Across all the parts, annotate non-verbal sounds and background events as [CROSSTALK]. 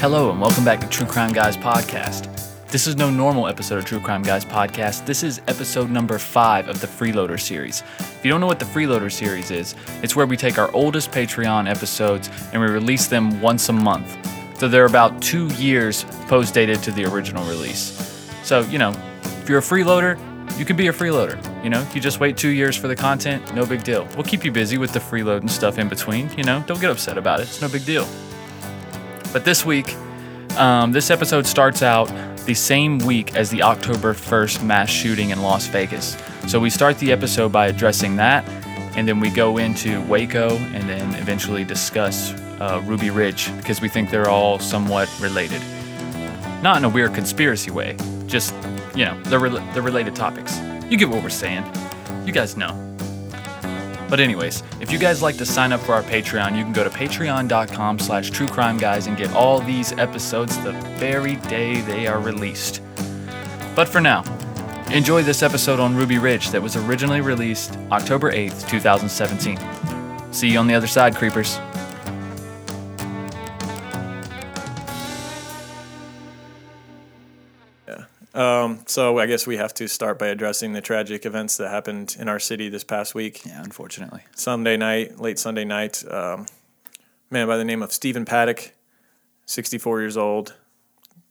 Hello, and welcome back to True Crime Guys Podcast. This is no normal episode of True Crime Guys Podcast. This is episode number five of the Freeloader series. If you don't know what the Freeloader series is, it's where we take our oldest Patreon episodes and we release them once a month. So they're about two years post dated to the original release. So, you know, if you're a freeloader, you can be a freeloader. You know, you just wait two years for the content, no big deal. We'll keep you busy with the freeload and stuff in between. You know, don't get upset about it, it's no big deal. But this week, um, this episode starts out the same week as the October 1st mass shooting in Las Vegas. So we start the episode by addressing that, and then we go into Waco and then eventually discuss uh, Ruby Ridge because we think they're all somewhat related. Not in a weird conspiracy way, just, you know, they're, rel- they're related topics. You get what we're saying. You guys know. But anyways, if you guys like to sign up for our Patreon, you can go to patreon.com slash truecrimeguys and get all these episodes the very day they are released. But for now, enjoy this episode on Ruby Ridge that was originally released October 8th, 2017. See you on the other side, creepers. Um, so I guess we have to start by addressing the tragic events that happened in our city this past week. Yeah, unfortunately. Sunday night, late Sunday night, um, man by the name of Stephen Paddock, 64 years old.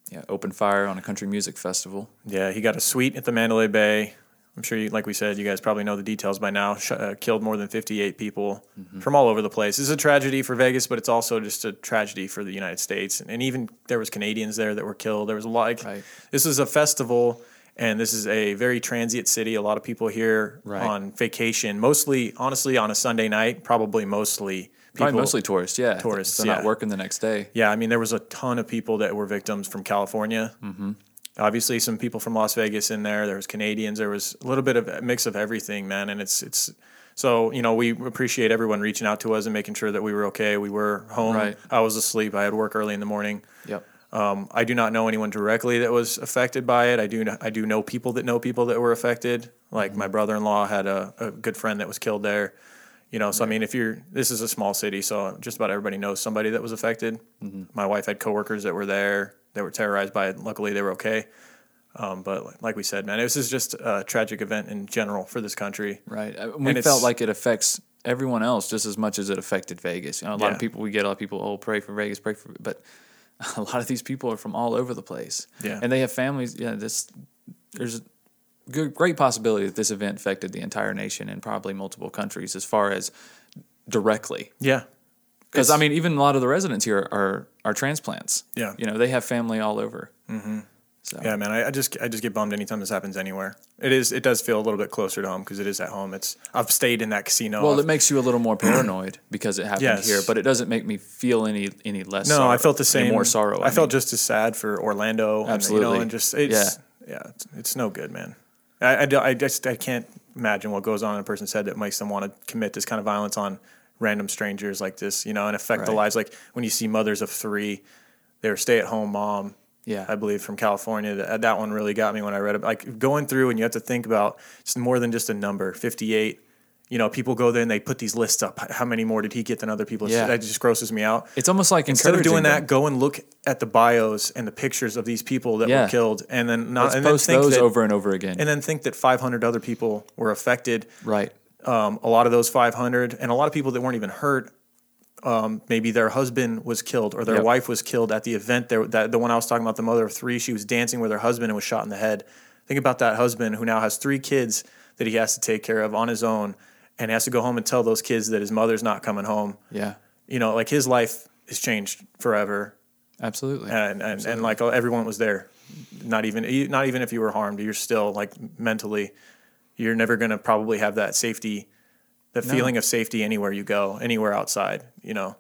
Yeah, open fire on a country music festival. Yeah, he got a suite at the Mandalay Bay. I'm sure, you, like we said, you guys probably know the details by now. Sh- uh, killed more than 58 people Mm-hmm. from all over the place. This is a tragedy for Vegas, but it's also just a tragedy for the United States. And, and even there was Canadians there that were killed. There was a lot. Like, Right. This is a festival, and this is a very transient city. A lot of people here Right. on vacation, mostly, honestly, on a Sunday night. Probably mostly people. Probably mostly tourists, yeah. Tourists, They're not yeah. working the next day. Yeah, I mean, there was a ton of people that were victims from California. Mm-hmm. Obviously, some people from Las Vegas in there. There was Canadians. There was a little bit of a mix of everything, man. And it's it's so you know we appreciate everyone reaching out to us and making sure that we were okay. We were home. Right. I was asleep. I had work early in the morning. Yep. Um, I do not know anyone directly that was affected by it. I do I do know people that know people that were affected. Like my brother in law had a, a good friend that was killed there. You know, so I mean, if you're this is a small city, so just about everybody knows somebody that was affected. My wife had coworkers that were there that were terrorized by it. Luckily, they were okay. Um, but like we said, man, this is just a tragic event in general for this country. Right. Uh, We it's- felt like it affects everyone else just as much as it affected Vegas. You know, a lot Yeah. of people we get a lot of people, oh, pray for Vegas, pray for but [LAUGHS] a lot of these people are from all over the place. Yeah. And they have families. Yeah, this there's a good, great possibility that this event affected the entire nation and probably multiple countries as far as directly. Yeah, Because I mean, even a lot of the residents here are are transplants. Yeah. You know, they have family all over. Mm-hmm. So Yeah, man, I, I just I just get bummed anytime this happens anywhere. It is it does feel a little bit closer to home because it is at home. It's I've stayed in that casino. Well, it I've- makes you a little [CLEARS THROAT] more paranoid because it happened Yes. here, but it doesn't make me feel any any less. no, sorrow, I felt the any same. more sorrow. I, felt just as sad for Orlando. and, you know, Absolutely. and, just it's yeah, it's, it's no good, man. I, I, do- I just I can't imagine what goes on in a person's head that makes them want to commit this kind of violence on random strangers like this, you know, and affect the Right. lives. Like when you see mothers of three, they're stay at home mom. Yeah. I believe from California. That, that one really got me when I read it. Like going through and you have to think about it's more than just a number. Fifty-eight. You know, people go there and they put these lists up. How many more did he get than other people? Yeah. That just grosses me out. It's almost like Instead of doing encouraging that, them. go and look at the bios and the pictures of these people that Yeah. were killed, and then not Let's and post then think those that, over and over again. and then think that 500 other people were affected. right. Um, a lot of those 500, and a lot of people that weren't even hurt. Um, maybe their husband was killed or their Yep. wife was killed at the event. There, that the one I was talking about, the mother of three, she was dancing with her husband and was shot in the head. Think about that husband who now has three kids that he has to take care of on his own, and has to go home and tell those kids that his mother's not coming home. Yeah. You know, like his life has changed forever Absolutely. and and, and like everyone was there. Not even not even if you were harmed, you're still like mentally, you're never gonna probably have that safety, the feeling of safety anywhere you go, anywhere outside, you know.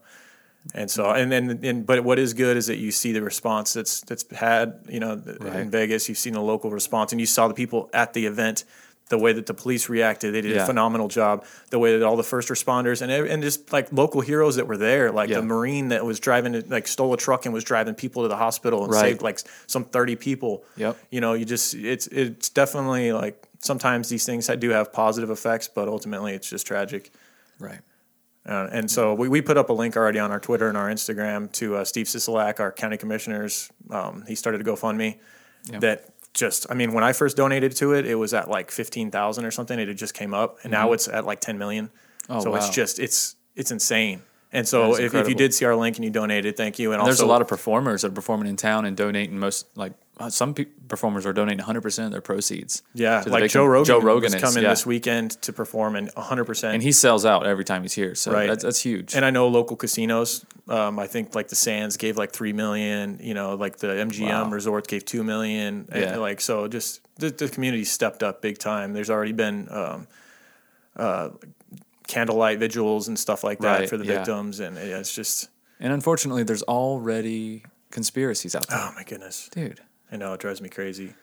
And so Mm-hmm. and then and but what is good is that you see the response that's that's had, you know, th- Right. in Vegas. You've seen the local response, and you saw the people at the event. The way that the police reacted, they did Yeah. a phenomenal job. The way that all the first responders and ev- and just like local heroes that were there, like Yeah. the marine that was driving, like stole a truck and was driving people to the hospital and Right. saved like s- some thirty people. Yep. You know, you just it's it's definitely like sometimes these things ha- do have positive effects, but ultimately it's just tragic. right. Uh, and so we, we put up a link already on our Twitter and our Instagram to uh, Steve Sisolak, our county commissioners. Um, he started a GoFundMe that just, I mean, when I first donated to it, it was at like 15,000 or something. It had just came up and now it's at like 10 million. Mm-hmm. Oh, so wow. it's just, it's, it's insane. And so is if, if you incredible. did see our link and you donated, thank you. And There's also, a lot of performers that are performing in town and donating most like uh, some pe- performers are donating 100 percent of their proceeds. yeah, to the like victim. Joe Rogan, Joe Rogan was is coming yeah. this weekend to perform and 100%. and he sells out every time he's here. So Right. that's, that's huge. And I know local casinos. Um, I think like the Sands gave like three million. You know, like the MGM Wow. Resort gave two million. and, Yeah. like so, just the, the community stepped up big time. There's already been um, uh, candlelight vigils and stuff like that Right, for the yeah. victims, and yeah, it's just and unfortunately, there's already conspiracies out there, oh my goodness. dude. I know it drives me crazy.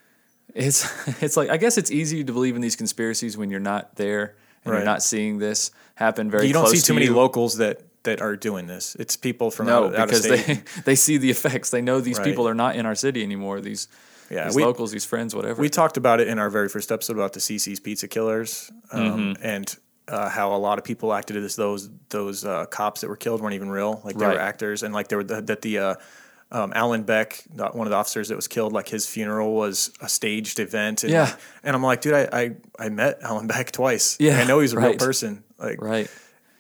it's it's [LAUGHS] like I guess it's easy to believe in these conspiracies when you're not there and Right. you're not seeing this happen very. You don't close see to too many you. locals that that are doing this. It's people from No, out, out because of state. they [LAUGHS] they see the effects. They know these Right. people are not in our city anymore. These Yeah, these we- locals, these friends, whatever. We talked about it in our very first episode about the CC's Pizza Killers um, Mm-hmm. and uh, how a lot of people acted as those those uh, cops that were killed weren't even real, like they Right. were actors, and like they were the, that the uh, um, Alan Beck, the- one of the officers that was killed, like his funeral was a staged event. And, Yeah. and I'm like, dude, I, I I met Alan Beck twice. Yeah, I know he's a real right. person. Like, right.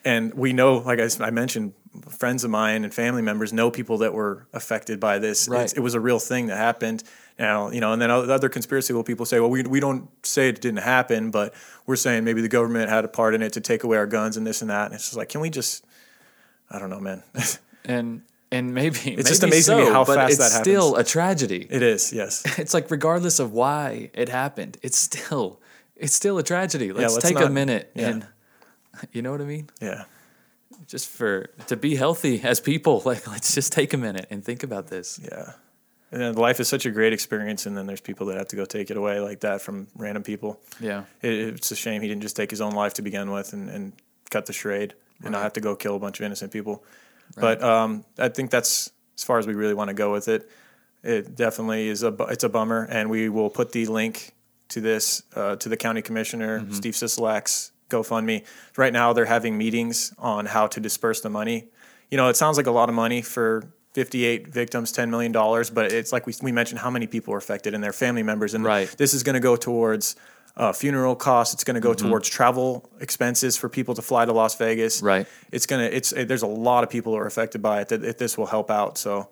and we know, like I, s- I mentioned, friends of mine and family members know people that were affected by this. Right. It's, it was a real thing that happened. Now, you know, and then o- other conspiracy will people say, well, we, we don't say it didn't happen, but we're saying maybe the government had a part in it to take away our guns and this and that. And it's just like, can we just, I don't know, man. [LAUGHS] And and maybe it's maybe just amazing to me so, how but fast it's that happens. Still a tragedy. it is, yes. it's like regardless of why it happened, it's still it's still a tragedy. Let's, let's take a not- minute yeah. and [LAUGHS] you know what I mean. Yeah. Just for to be healthy as people, [LAUGHS] like let's just take a minute and think about this. Yeah. And then life is such a great experience. And then there's people that have to go take it away like that from random people. Yeah. it, it's a shame he didn't just take his own life to begin with and, and cut the charade and not have to go kill a bunch of innocent people. But um, I think that's as far as we really want to go with it. It definitely is a bu- it's a bummer, and we will put the link to this uh, to the county commissioner Steve Sisolak's GoFundMe. Right now, they're having meetings on how to disperse the money. You know, it sounds like a lot of money for. 58 victims, $10 million, but it's like we, we mentioned how many people were affected and their family members. And Right. this is going to go towards uh, funeral costs. It's going to go towards travel expenses for people to fly to Las Vegas. Right. It's gonna. It's eh, there's a lot of people who are affected by it. That that this will help out. So.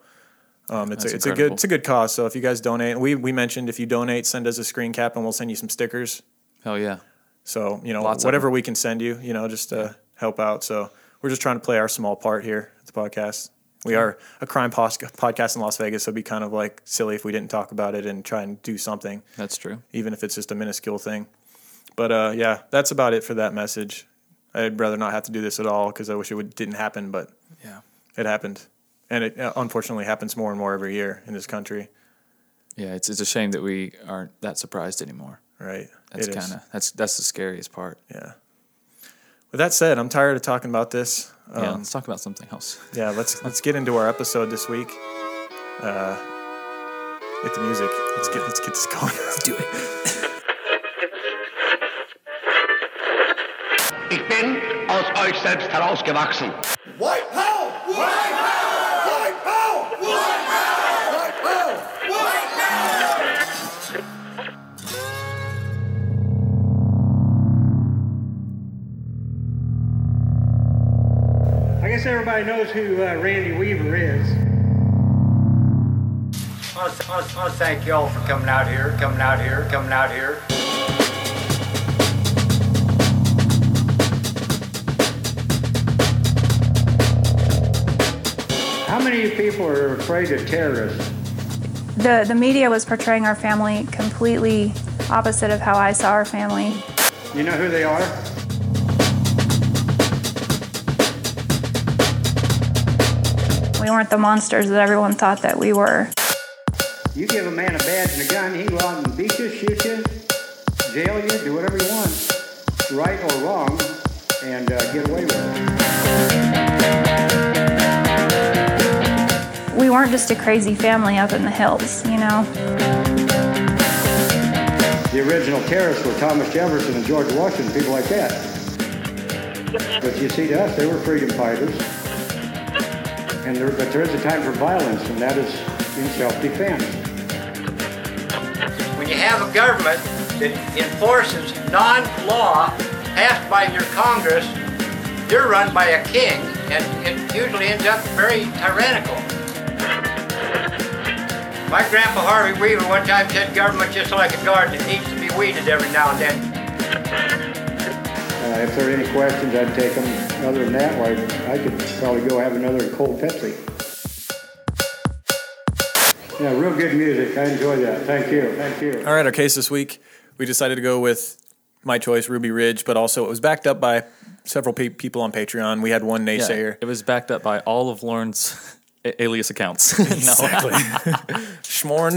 Um, it's a, That's it's a good incredible. it's a good cause. So if you guys donate, we we mentioned if you donate, send us a screen cap and we'll send you some stickers. Oh yeah. So you know Lots of whatever we can send you, you know, just to help out. So we're just trying to play our small part here at the podcast. We are a crime pos- podcast in Las Vegas, so it'd be kind of like silly if we didn't talk about it and try and do something That's true. even if it's just a minuscule thing. But uh, yeah, that's about it for that message. I'd rather not have to do this at all because I wish it would, didn't happen, but Yeah. it happened, and it uh, unfortunately happens more and more every year in this country. Yeah, it's it's a shame that we aren't that surprised anymore. Right? That's It is. kind of that's that's the scariest part. yeah. With that said, I'm tired of talking about this. Um, yeah, yeah. let's talk about something else. Let's let's get into our episode this week. Uh, with the music, let's get let's get this going. Do it. Ich bin aus euch selbst herausgewachsen. White power! White power! White power! White power! White power! White power! I guess everybody knows who uh, Randy Weaver is. I want to thank y'all for coming out here, coming out here, coming out here. How many people are afraid of terrorists? the, the media was portraying our family completely opposite of how I saw our family. You know who they are? We weren't the monsters that everyone thought that we were. You give a man a badge and a gun, he will out and beat you, shoot you, jail you, do whatever he wants, right or wrong, and uh, get away with it. We weren't just a crazy family up in the hills, you know? The original terrorists were Thomas Jefferson and George Washington, people like that. But you see, to us, they were freedom fighters. And there, but there is a time for violence, and that is in self-defense. When you have a government that enforces non-law passed by your Congress, you're run by a king, and it usually ends up very tyrannical. My grandpa Harvey Weaver one time said government's just like a garden, it needs to be weeded every now and then. Uh, if there are any questions, I'd take them. Other than that, why, I could probably go have another cold Pepsi. Yeah, real good music. I enjoy that. Thank you. Thank you. All right, our case this week, we decided to go with my choice, Ruby Ridge, but also it was backed up by several pe- people on Patreon. We had one Yeah, naysayer. It was backed up by all of Lauren's a- [LAUGHS] alias accounts. [LAUGHS] Exactly. Schmorn,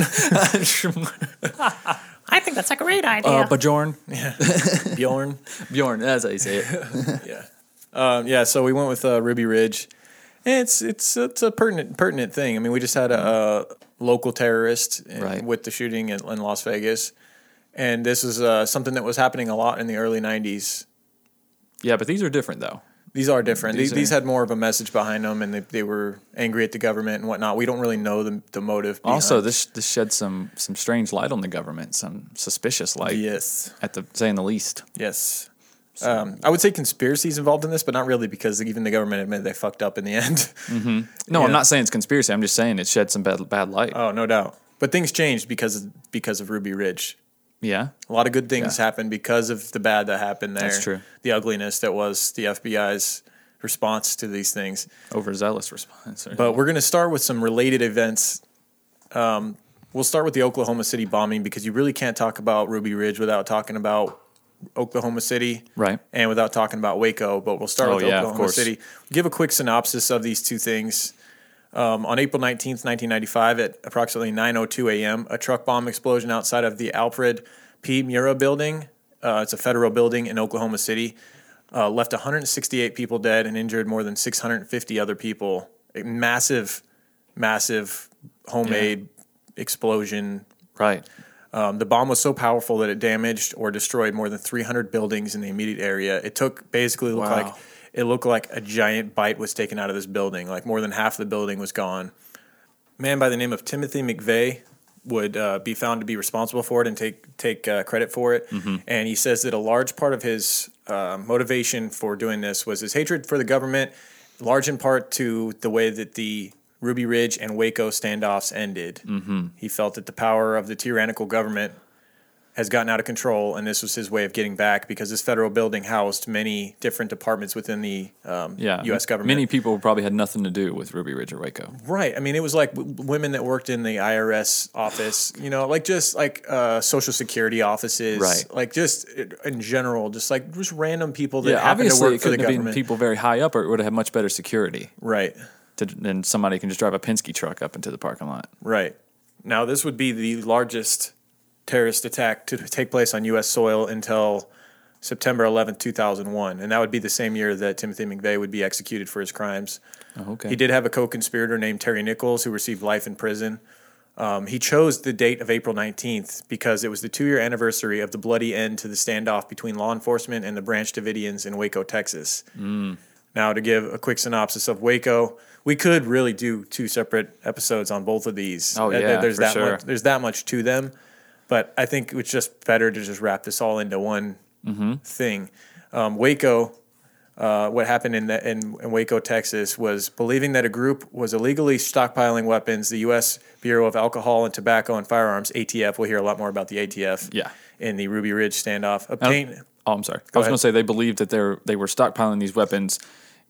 I think that's a great idea. uh, Bjorn. Bjorn. Bjorn, that's how you say it. Yeah. Um, yeah, so we went with uh, Ruby Ridge. It's it's it's a pertinent pertinent thing. I mean, we just had a, uh local terrorist in, Right. with the shooting in, in Las Vegas, and this is uh, something that was happening a lot in the early '90s. Yeah, but these are different though. These are different. These, These are- these had more of a message behind them, and they, they were angry at the government and whatnot. We don't really know the, the motive. behind- Also, this this shed some some strange light on the government, some suspicious light. yes, At the saying the least. yes. Um, I would say conspiracies involved in this, but not really because even the government admitted they fucked up in the [LAUGHS] end. No, I'm Yeah. not saying it's conspiracy. I'm just saying it shed some bad bad light. oh, no doubt. But things changed because of, because of Ruby Ridge. yeah. A lot of good things Yeah. happened because of the bad that happened there. That's true. The ugliness that was the FBI's response to these things. Overzealous response. or- But we're going to start with some related events. Um, we'll start with the Oklahoma City bombing because you really can't talk about Ruby Ridge without talking about Oklahoma City. Right. And without talking about Waco. But we'll start Oh, with yeah, of Oklahoma course. City. Give a quick synopsis of these two things. Um, on April 19th, 1995, at approximately 9.02 a.m., a truck bomb explosion outside of the Alfred P. Mura building. Uh, it's a federal building in Oklahoma City uh, left 168 people dead and injured more than 650 other people. A massive, massive homemade explosion. right. Um, the bomb was so powerful that it damaged or destroyed more than 300 buildings in the immediate area. It took basically looked Wow. like it looked like a giant bite was taken out of this building. Like more than half the building was gone. A man by the name of Timothy McVeigh would uh, be found to be responsible for it and take take uh, credit for it. And he says that a large part of his uh, motivation for doing this was his hatred for the government, large in part to the way that the Ruby Ridge and Waco standoffs ended. He felt that the power of the tyrannical government has gotten out of control, and this was his way of getting back because this federal building housed many different departments within the um, Yeah. U.S. government. Many people probably had nothing to do with Ruby Ridge or Waco. Right. I mean, it was like w- women that worked in the IRS office, you know, like just like uh, social security offices, Right. Like just i- in general, just like just random people that Yeah, happen to obviously work it for the couldn't have government. been people very high up, or it would have had much better security. Right. To, then somebody can just drive a Penske truck up into the parking lot. Right. Now, this would be the largest terrorist attack to take place on U.S. soil until September 11th, 2001, and that would be the same year that Timothy McVeigh would be executed for his crimes. okay. He did have a co-conspirator named Terry Nichols who received life in prison. Um, he chose the date of April 19th because it was the two-year anniversary of the bloody end to the standoff between law enforcement and the Branch Davidians in Waco, Texas. Mm. Now, to give a quick synopsis of Waco, we could really do two separate episodes on both of these. Oh, Th- th- yeah, there's for that sure. much. There's that much to them, but I think it's just better to just wrap this all into one Mm-hmm. thing. Um, Waco, uh, what happened in, the, in in Waco, Texas, was believing that a group was illegally stockpiling weapons. The U.S. Bureau of Alcohol and Tobacco and Firearms (ATF). We'll hear a lot more about the ATF. Yeah. In the Ruby Ridge standoff, obtained. Oh, I'm sorry. I was ahead. going to say they believed that they were, they were stockpiling these weapons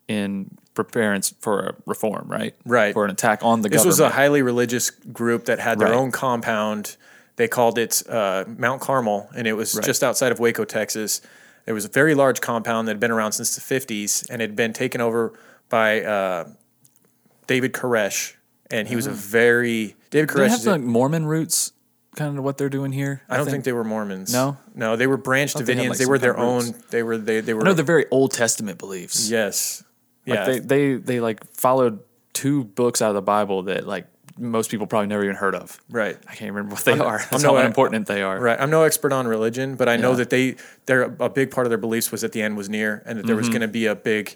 in preparedness for a reform, right? Right. For an attack on the This government. was a highly religious group that had their Right. own compound. They called it uh, Mount Carmel, and it was just outside of Waco, Texas. It was a very large compound that had been around since the 50s and had been taken over by uh, David Koresh. And he was a very David Do Oh. they Koresh. have is a- like Mormon roots, kind of what they're doing here? I don't think. they were Mormons. No? no, they were Branch thought they Davidians. had, They, like, were some their kind of own. They were they they were. No, they're very Old Testament beliefs. yes, Like yeah. they, they they like followed two books out of the Bible that like most people probably never even heard of. Right. I can't remember what they are. That's no- how unimportant they are. Right. I'm no expert on religion, but I know Yeah. that they they're a big part of their beliefs was that the end was near and that there Mm-hmm. was going to be a big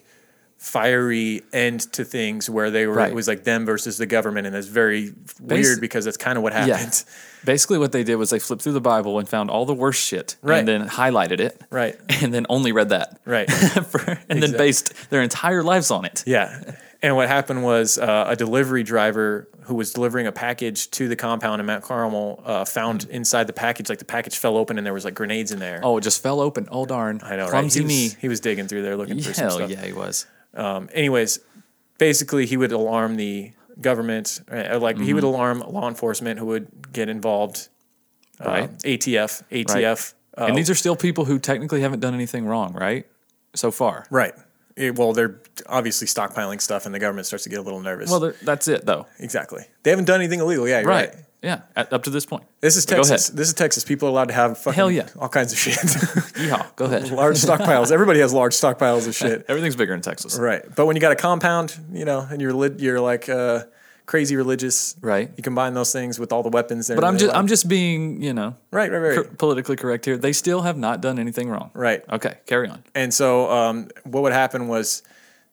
fiery end to things where they were Right. it was like them versus the government and that's very Basi- weird because that's kind of what Yeah. [LAUGHS] happened. Basically, what they did was they flipped through the Bible and found all the worst shit, Right. and then highlighted it, Right. and then only read that, [LAUGHS] Right. [LAUGHS] For- and then Exact- based their entire lives on it. Yeah. And what happened was uh, a delivery driver who was delivering a package to the compound in Mount Carmel uh, found inside the package, like the package fell open and there was like grenades in there. Mm. Oh, it just fell open. Oh darn! I know, right? Clumsy he was, me. He was digging through there looking for some Hell stuff. yeah, he was. anyways, basically he would alarm the government, uh, like he would Mm-hmm. alarm law enforcement who would get involved. uh, Right. ATF, ATF. Uh, and these are still people who technically haven't done anything wrong, right? So far, right. It- well, they're obviously stockpiling stuff, and the government starts to get a little nervous. Well, they're- that's it though, exactly. They haven't done anything illegal. Yeah, you're right? right. Yeah, at, up to this point. This is But go ahead. Texas. This is Texas. People are allowed to have fucking Hell yeah. all kinds of shit. [LAUGHS] Yeehaw! Go ahead. large stockpiles. Everybody has large stockpiles of shit. Everything's bigger in Texas, Right. But when you got a compound, you know, and you're lit, you're like uh, crazy religious. Right. You combine those things with all the weapons. But I'm just I'm just being you know right, right, right. cor- politically correct here. They still have not done anything wrong, Right. Okay, carry on. And so um, what would happen was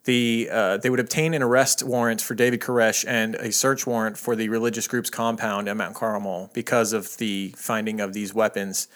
the uh, they would obtain an arrest warrant for David Koresh and a search warrant for the religious group's compound at Mount Carmel because of the finding of these weapons.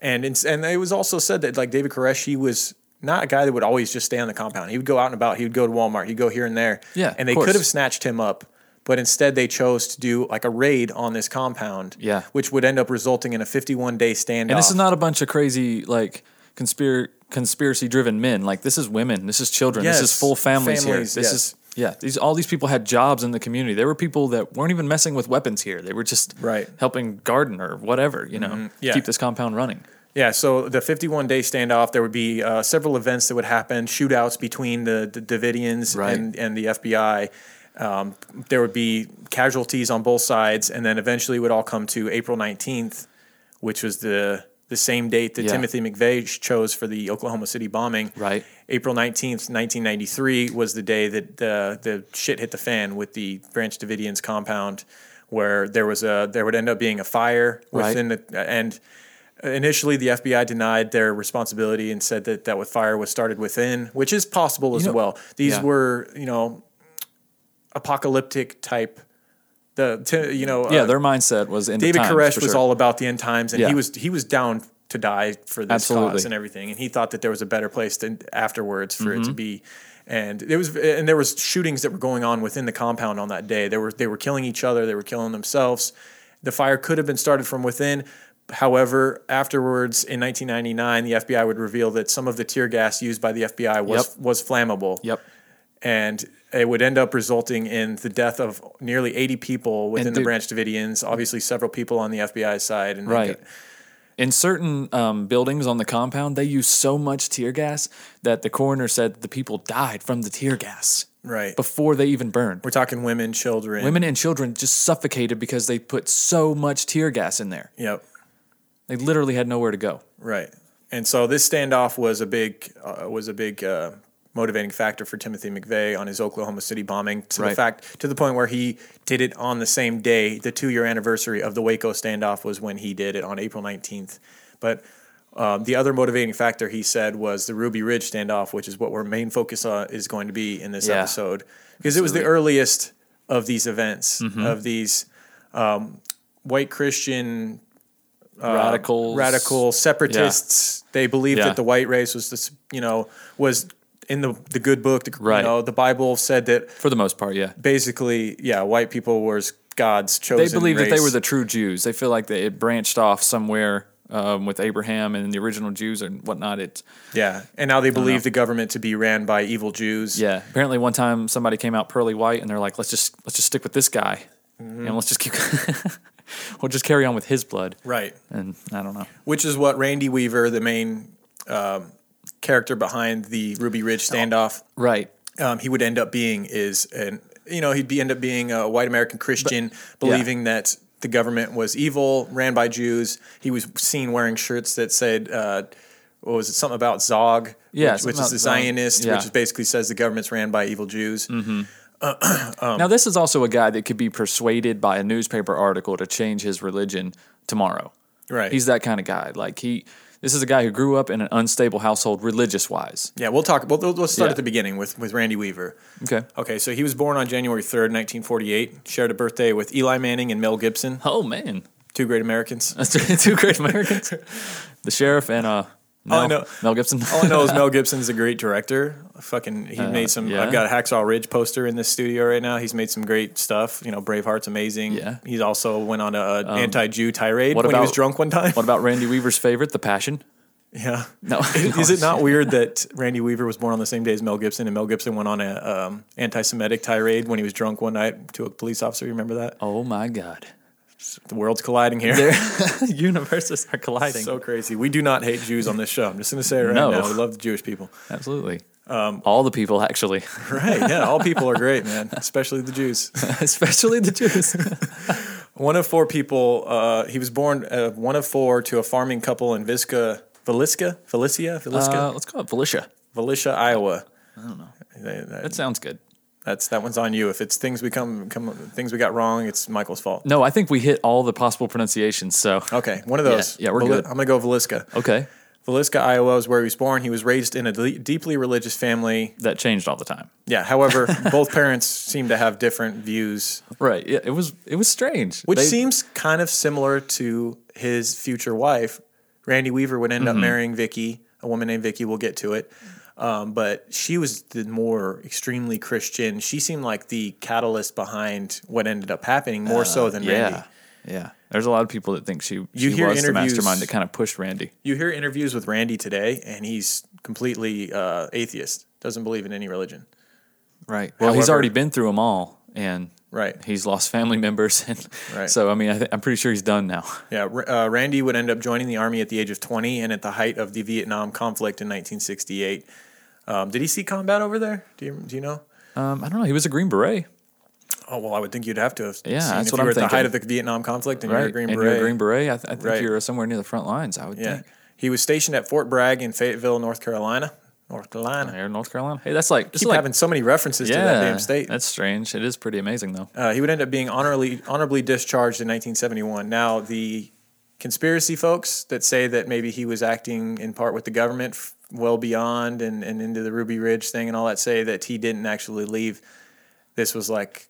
And it's, and it was also said that like David Koresh, he was not a guy that would always just stay on the compound. He would go out and about. He would go to Walmart. He'd go here and there. Yeah, And they of course. could have snatched him up, but instead they chose to do like a raid on this compound. Yeah. Which would end up resulting in a 51 day standoff. And this is not a bunch of crazy like conspir- conspiracy driven men. Like this is women, this is children, this is Yes. full Families, families, here. yes. This is yeah. These all these people had jobs in the community. There were people that weren't even messing with weapons here. They were just Right. helping garden or whatever, you know, Yeah. keep this compound running. Yeah, so the 51 day standoff, there would be uh, several events that would happen, shootouts between the, the Davidians Right. and, and the FBI. Um, there would be casualties on both sides, and then eventually it would all come to April 19th, which was the, the same date that Yeah. Timothy McVeigh chose for the Oklahoma City bombing. Right. April 19th, 1993 was the day that the, the shit hit the fan with the Branch Davidians compound, where there was a there would end up being a fire Right. within the and initially the FBI denied their responsibility and said that that with fire was started within, which is possible as know- well. These yeah. were you know apocalyptic type. The t- you know yeah, uh, their mindset was in David the times, Koresh for was sure. all about the end times, and Yeah. he was he was down to die for this Absolutely. cause and everything, and he thought that there was a better place than afterwards for Mm-hmm. it to be. And it was, and there was shootings that were going on within the compound on that day. They were they were killing each other, they were killing themselves. The fire could have been started from within. However, afterwards in 1999, the FBI would reveal that some of the tear gas used by the FBI was Yep. was flammable Yep. and it would end up resulting in the death of nearly 80 people within And the dude- Branch Davidians, obviously several people on the FBI side. And Right. In certain um, buildings on the compound, they used so much tear gas that the coroner said the people died from the tear gas Right. before they even burned. We're talking women, children. Women and children just suffocated because they put so much tear gas in there. Yep. They literally had nowhere to go. Right. And so this standoff was a big uh, was a big uh, motivating factor for Timothy McVeigh on his Oklahoma City bombing to Right. the fact to the point where he did it on the same day. The two year anniversary of the Waco standoff was when he did it on April nineteenth. But um, the other motivating factor he said was the Ruby Ridge standoff, which is what our main focus on is going to be in this Yeah. episode because it was the earliest of these events Mm-hmm. of these um, white Christian Radicals. Um, radical separatists. They believed Yeah. that the white race was this, you know, was in the the good book. The, Right. You know, the Bible said that For the most part, yeah. basically, yeah, white people were God's chosen. They believed that they race. were the true Jews. They feel like they, it branched off somewhere um, with Abraham and the original Jews and whatnot. It's yeah, and now they believe the government to be ran by evil Jews. yeah. Apparently, one time somebody came out pearly white, and they're like, "Let's just let's just stick with this guy, Mm-hmm. and let's just keep. [LAUGHS] we'll just carry on with his blood." right. And I don't know. Which is what Randy Weaver, the main um, character behind the Ruby Ridge Oh. standoff, Right. um, he would end up being is an you know he'd be end up being a white American Christian believing that the government was evil, ran by Jews. He was seen wearing shirts that said uh, what was it something about Zog, Yeah, which, which something is the about Zog. Zionist, Yeah. Mm-hmm. which is basically says the government's ran by evil Jews. now, this is also a guy that could be persuaded by a newspaper article to change his religion tomorrow. Right. He's that kind of guy. Like he, this is a guy who grew up in an unstable household, religious wise. Yeah, we'll talk. Well, let's start Yeah. at the beginning with, with Randy Weaver. Okay. Okay, so he was born on January 3rd, 1948. Shared a birthday with Eli Manning and Mel Gibson, Oh man, two great Americans. that's [LAUGHS] two- two great Americans, the sheriff and uh, Mel, Oh, I know- Mel Gibson. All I know is Mel Gibson's a great director. Fucking, he made some. Uh, yeah. I've got a Hacksaw Ridge poster in this studio right now. He's made some great stuff. You know, Braveheart's amazing. Yeah. Um, He's also went on an anti-Jew tirade what when he was about- drunk one time. [LAUGHS] what about Randy Weaver's favorite, The Passion? [LAUGHS] yeah. No, [LAUGHS] Is it [LAUGHS] not weird that Randy Weaver was born on the same day as Mel Gibson, and Mel Gibson went on a um, anti-Semitic tirade when he was drunk one night to a police officer? You remember that? Oh my God, The world's colliding here. [LAUGHS] [LAUGHS] universes are colliding. So crazy. We do not hate Jews on this show. I'm just going to say it right No. now. We love the Jewish [LAUGHS] people. Absolutely. um, All the people, actually, [LAUGHS] Right. Yeah. All people are great, man, especially the Jews. especially [LAUGHS] the Jews. One of four people, uh, he was born uh, one of four to a farming couple in Visca, Villisca, Felicia, Uh, Villisca, let's call it Felicia. Villisca, Iowa. I don't know. That sounds good. That's that one's on you. If it's things we come, come things we got wrong, it's Michael's fault. No, I think we hit all the possible pronunciations. So [LAUGHS] Okay, one of those. yeah, we're Vili- good. I'm gonna go Villisca. okay, Villisca, Iowa, is where he was born. He was raised in a de- deeply religious family. that changed all the time. Yeah. [LAUGHS] However, both parents seem to have different views, Right. Yeah, it was it was strange. which They- seems kind of similar to his future wife. Randy Weaver would Mm-hmm. end up marrying Vicky, a woman named Vicky. We'll get to it. Um, but she was the more extremely Christian. She seemed like the catalyst behind what ended up happening more so than Randy. Uh, yeah, yeah. There's a lot of people that think she You she hear was the interviews- mastermind that kind of pushed Randy. You hear interviews with Randy today, and he's completely uh, atheist, doesn't believe in any religion. Right. Well, he's However- already been through them all, and Right. he's lost family members, [LAUGHS] and Right. so I mean, I th- I'm pretty sure he's done now. Yeah, R- uh, Randy would end up joining the army at the age of 20 and at the height of the Vietnam conflict in 1968. Um, did he see combat over there? Do you, do you know? Um, I don't know. He was a Green Beret, Oh, well, I would think you'd have to have Yeah, seen that's if what you I'm were at the height of thinking. the Vietnam conflict and you're right? a Green and Beret. you're a Green Beret. I, th- I think Right. you're somewhere near the front lines. I would Yeah. think. He was stationed at Fort Bragg in Fayetteville, North Carolina. North Carolina. There in North Carolina. Hey, that's like just Keep like having so many references to that damn state. That's strange. It is pretty amazing though. Uh, he would end up being honorably honorably discharged in 1971. Now the conspiracy folks that say that maybe he was acting in part with the government f- well beyond and, and into the Ruby Ridge thing and all that say that he didn't actually leave. This was like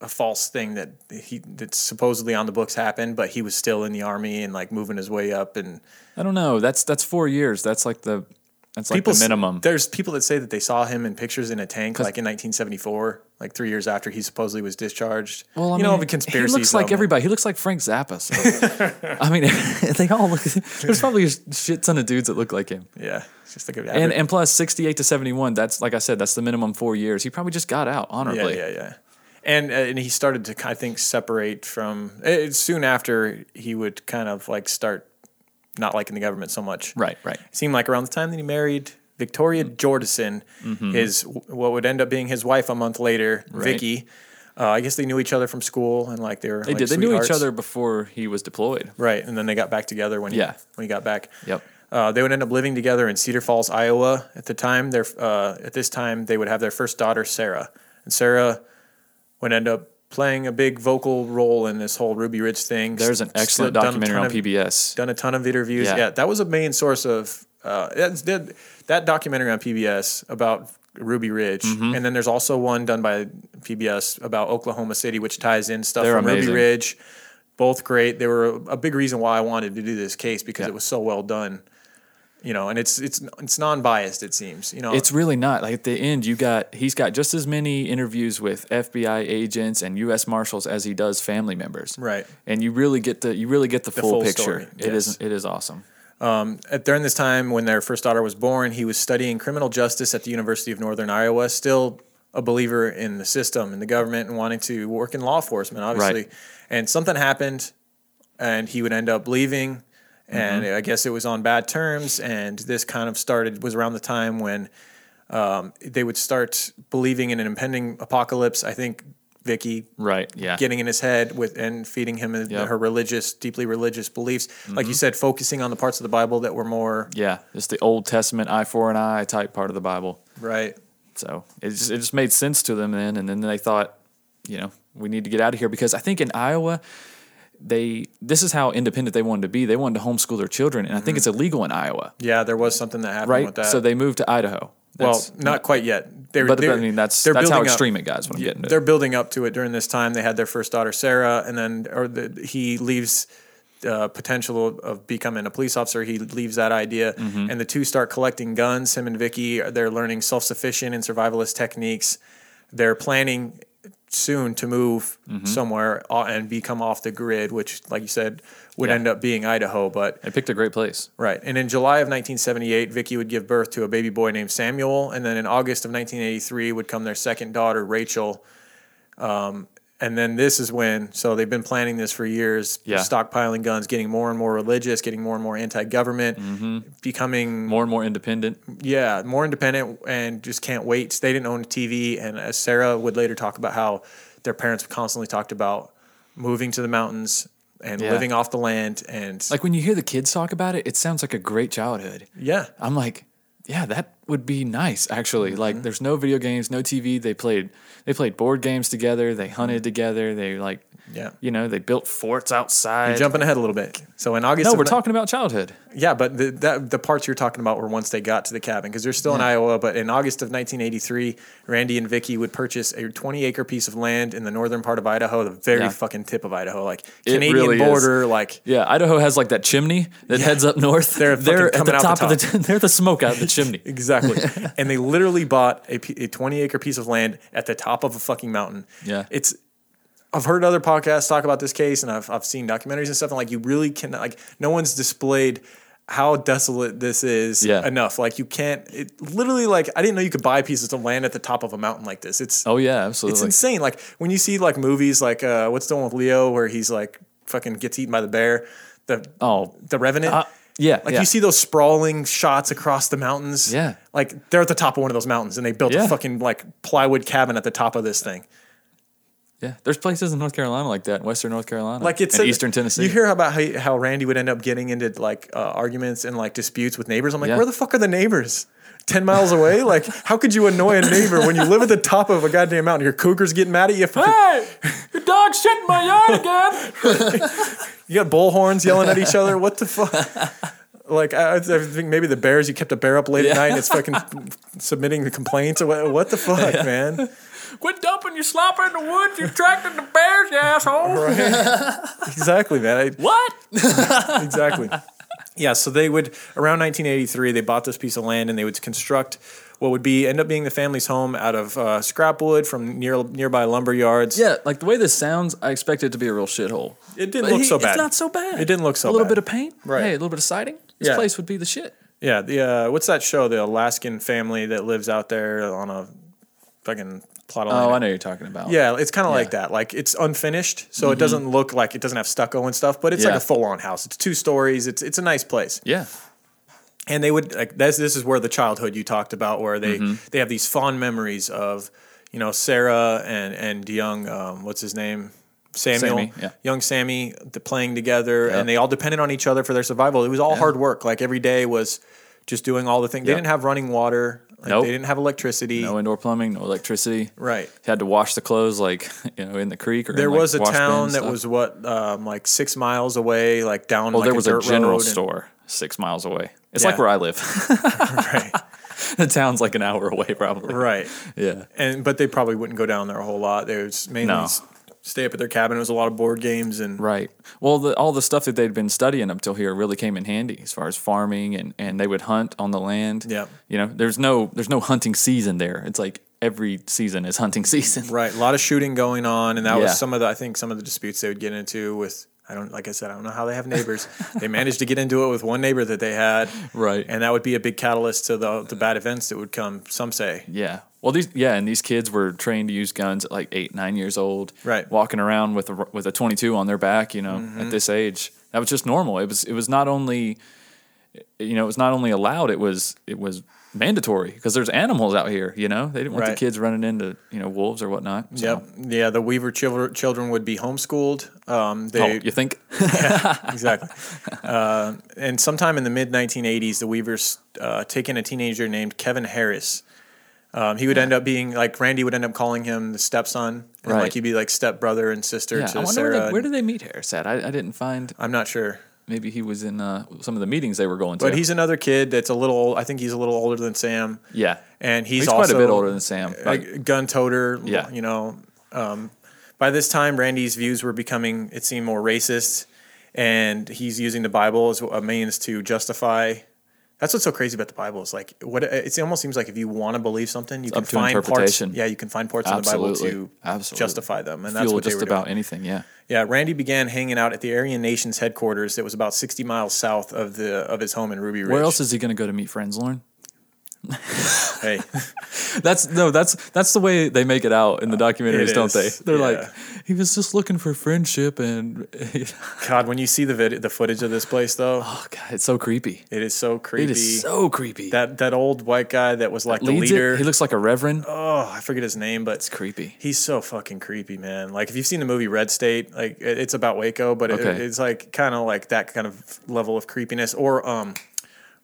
a false thing that he that supposedly on the books happened, but he was still in the army and like moving his way up and I don't know. That's that's four years. That's like the that's like s- the minimum. There's people that say that they saw him in pictures in a tank, like in 1974, like three years after he supposedly was discharged. Well, I you mean, know, the conspiracy. He looks like everybody. He looks like Frank Zappa. So. [LAUGHS] I mean, they all look. There's probably a shit ton of dudes that look like him. Yeah, it's just like an And average- and plus, 68 to 71. That's like I said. That's the minimum four years. He probably just got out honorably. Yeah, yeah, yeah. And uh, and he started to I think separate from it, soon after he would kind of like start not liking the government so much. Right, right. Mm-hmm. It seemed like around the time that he married Victoria Jordison, his what would end up being his wife a month later, Vicky. Uh, I guess they knew each other from school and like they were They did. They knew each other before he was deployed. right? And then they got back together when he, Yeah. when he got back. Yep. Uh, they would end up living together in Cedar Falls, Iowa. At the time, their uh, at this time they would have their first daughter, Sarah, and Sarah would end up playing a big vocal role in this whole Ruby Ridge thing. There's an Still excellent done a documentary ton on of- PBS. Done a ton of interviews. Yeah. Yeah, that was a main source of uh, that's- that, that documentary on PBS about Ruby Ridge, Mm-hmm. and then there's also one done by PBS about Oklahoma City, which ties in stuff They're from amazing. Ruby Ridge. Both great. They were a, a big reason why I wanted to do this case because Yeah. it was so well done. You know, and it's it's it's non-biased. It seems. You know, It's really not. Like at the end, you got he's got just as many interviews with FBI agents and U.S. marshals as he does family members. Right. And you really get the you really get the, full, full picture. story, It yes. is it is awesome. at, during this time when their first daughter was born, he was studying criminal justice at the University of Northern Iowa, still a believer in the system and the government and wanting to work in law enforcement, obviously. Right. And something happened and he would end up leaving. And I guess it was on bad terms. And this kind of started, was around the time when um, they would start believing in an impending apocalypse. I think Vicky Right. Yeah. getting in his head with and feeding him Yep. Mm-hmm. her religious, deeply religious beliefs. Like you said, focusing on the parts of the Bible that were more Yeah, it's the Old Testament eye for an eye type part of the Bible. right. So it just, it just made sense to them then. And then they thought, you know, we need to get out of here because I think in Iowa, they this is how independent they wanted to be. They wanted to homeschool their children, and I Mm-hmm. think it's illegal in Iowa, Yeah, there was something that happened right? with that. So they moved to Idaho. well, That's- not, quite yet. They were, but they I mean that's they're that's how building up- extreme it got. Is what I'm Yeah, getting. at. they're building up to it during this time. They had their first daughter, Sarah, and then or the, he leaves uh, potential of, of becoming a police officer. He leaves that idea, Mm-hmm. and the two start collecting guns. Him and Vicky, uh, they're learning self sufficient and survivalist techniques. They're planning soon to move Mm-hmm. somewhere uh, and become off the grid, which, like you said, would Yeah. end up being Idaho. But They picked a great place. Right. And in July of 1978, Vicky would give birth to a baby boy named Samuel. And then in August of 1983 would come their second daughter, Rachel. Um, and then this is when, so they've been planning this for years, Yeah. stockpiling guns, getting more and more religious, getting more and more anti government, Mm-hmm. becoming, More and more independent. yeah, more independent and just can't wait. They didn't own a TV. And as Sarah would later talk about how their parents constantly talked about moving to the mountains and Yeah. living off the land. And Like when you hear the kids talk about it, it sounds like a great childhood. yeah. I'm like, yeah, that would be nice actually. Mm-hmm. Like there's no video games, no TV. They played they played board games together, they hunted together, they like Mm-hmm. Yeah. you know, they built forts outside. You're jumping ahead a little bit. So in August, no, of we're ni- talking about childhood. Yeah, but the that, the parts you're talking about were once they got to the cabin because they're still in Iowa. But in August of 1983, Randy and Vicky would purchase a 20 acre piece of land in the northern part of Idaho, the very Yeah. fucking tip of Idaho, like It Canadian really is. border. Like Yeah, Idaho has like that chimney that heads up north. They're fucking coming out the of the [LAUGHS] they're the smoke out of [LAUGHS] the chimney. [LAUGHS] exactly, and they literally bought a, p- a 20 acre piece of land at the top of a fucking mountain. Yeah. it's. I've heard other podcasts talk about this case, and I've I've seen documentaries and stuff, and like you really cannot like no one's displayed. How desolate this is Yeah. enough. Like you can't. It literally like I didn't know you could buy pieces of land at the top of a mountain like this. It's Oh yeah, absolutely. it's insane. Like when you see like movies like uh, what's the one with Leo where he's like fucking gets eaten by the bear, the Oh. the Revenant. Uh, yeah, like yeah. you see those sprawling shots across the mountains. Yeah. like they're at the top of one of those mountains, and they built Yeah. a fucking like plywood cabin at the top of this thing. Yeah, there's places in North Carolina like that, in Western North Carolina, Like it's in a- Eastern Tennessee. You hear about how, how Randy would end up getting into like uh, arguments and like disputes with neighbors. I'm like, Yeah. where the fuck are the neighbors? Ten miles away? like, how could you annoy a neighbor when you live at the top of a goddamn mountain? Your cougars getting mad at you. Fucking hey, your dog shit in my yard again. [LAUGHS] You got bullhorns yelling at each other. What the fuck? Like I, I think maybe the bears. You kept a bear up late Yeah. at night. and It's fucking submitting the complaints. or What, what the [LAUGHS] fuck, man? Quit dumping your slop in the woods. You're attracting the bears, you asshole. [LAUGHS] Exactly, man. I- What? [LAUGHS] exactly. Yeah, so they would around 1983 they bought this piece of land and they would construct what would be end up being the family's home out of uh, scrap wood from near nearby lumber yards. Yeah, like the way this sounds, I expect it to be a real shithole. It didn't look so bad. It's not so bad. It didn't look so A little bad. bit of paint, Right. Hey, a little bit of siding. This Yeah. place would be the shit. yeah. The uh, what's that show? The Alaskan family that lives out there on a fucking plot of land. Oh, I know you're talking about. Yeah, it's kind of like that. Like it's unfinished, so it doesn't look like it doesn't have stucco and stuff, but it's Mm-hmm. Yeah. like a full-on house. It's two stories. It's it's a nice place. yeah, And they would like this. This is where the childhood you talked about, where they Mm-hmm. they have these fond memories of you know Sarah and and young um, what's his name. Samuel, Sammy, yeah. young Sammy, the playing together, and they all depended on each other for their survival. It was all hard work. Like every day was just doing all the things. Yeah. They didn't have running water. Like, Nope. They didn't have electricity. No indoor plumbing, no electricity. Right. Had to wash the clothes like [LAUGHS] you know in the creek or in, There like, was a wash bin town and that stuff. was what, um, like six miles away, like down. Well, like there was a, dirt general road and- store six miles away. It's Yeah. like where I live. [LAUGHS] right, [LAUGHS] the town's like an hour away, probably. right, Yeah. and but they probably wouldn't go down there a whole lot. They would s- mainly No. s- stay up at their cabin. It was a lot of board games and Right. Well, the, all the stuff that they'd been studying up till here really came in handy as far as farming and, and they would hunt on the land. Yep. You know, there's no there's no hunting season there. It's like every season is hunting [LAUGHS] season. right, a lot of shooting going on, and that Yeah. was some of the I think some of the disputes they would get into with. I don't like I said I don't know how they have [LAUGHS] neighbors. they managed to get into it with one neighbor that they had, Right. and that would be a big catalyst to the the bad events that would come. Some say Yeah. Well, these yeah, and these kids were trained to use guns at like eight, nine years old. Right. Mm-hmm. Walking around with a, with a 22 on their back, you know, at this age, that was just normal. It was it was not only, you know, it was not only allowed, it was it was mandatory because there's animals out here. You know, they didn't want Right. the kids running into you know wolves or whatnot. So. Yep. Yeah, the Weaver chil- children would be homeschooled. Um, Oh, they you think? [LAUGHS] exactly. Uh, and sometime in the mid 1980s, the Weavers uh, take in a teenager named Kevin Harris. Um, he would end up being like Randy would end up calling him the stepson, and Right. like he'd be like stepbrother and sister Yeah, I to wonder where, Sarah. they, where and- did they meet Harris at? I, I didn't find. I'm not sure, Maybe he was in uh, some of the meetings they were going to. but he's another kid that's a little. I think he's a little older than Sam. yeah, and he's, he's also quite a bit older than Sam. a Like, gun toter. Yeah. you know. Um, by this time, Randy's views were becoming, it seemed, more racist, and he's using the Bible as a means to justify. That's what's so crazy about the Bible is like what it almost seems like if you want to believe something, you can up to find parts. interpretation. Yeah, you can find parts of the absolutely, Bible to absolutely justify them, and Fuel that's what just they were about doing. anything. Yeah, Yeah, Randy began hanging out at the Aryan Nation's headquarters that was about sixty miles south of the of his home in Ruby Ridge. where else is he going to go to meet friends, Lauren? hey, That's no, that's that's the way they make it out in the documentaries, Uh, it don't they? is, They're yeah. like, he was just looking for friendship, and [LAUGHS] God, when you see the vid- the footage of this place [GASPS] though, oh god, it's so creepy. it is so creepy. It is so creepy. that that old white guy that was like the leads leader. it. He looks like a reverend. oh, I forget his name, but it's creepy. he's so fucking creepy, man. Like if you've seen the movie Red State, like it- it's about Waco, but it- Okay. it's like kind of like that kind of level of creepiness. Or um,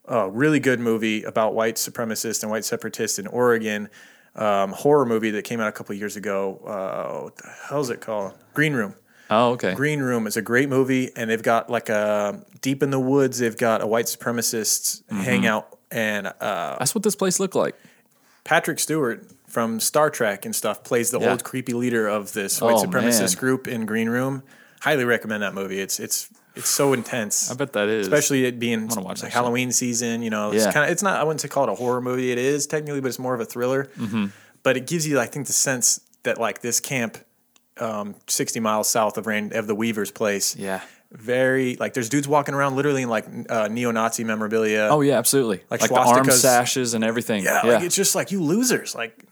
a really good movie about white supremacists and white separatists in Oregon. Um, horror movie that came out a couple years ago. Uh, what the hell's it called? Green Room. Oh, okay. Green Room is a great movie, and they've got like a deep in the woods. They've got a white supremacist Mm-hmm. hangout, and uh, That's what this place looked like. Patrick Stewart from Star Trek and stuff plays the Yeah. old creepy leader of this white Oh, supremacist man. group in Green Room. Highly recommend that movie. It's it's it's so intense. I bet that is. Especially it being wanna watch like that Halloween season, you know, it's Yeah. kind of it's not I wouldn't call it a horror movie. It is technically, but it's more of a thriller. Mm-hmm. But it gives you, I think, the sense that like this camp, um, sixty miles south of Rand, of the Weaver's place, Yeah. very like there's dudes walking around literally in like uh, neo-Nazi memorabilia. Oh yeah, absolutely. Like Like, the arm swastikas. sashes and everything. yeah, Yeah. like it's just like you losers, like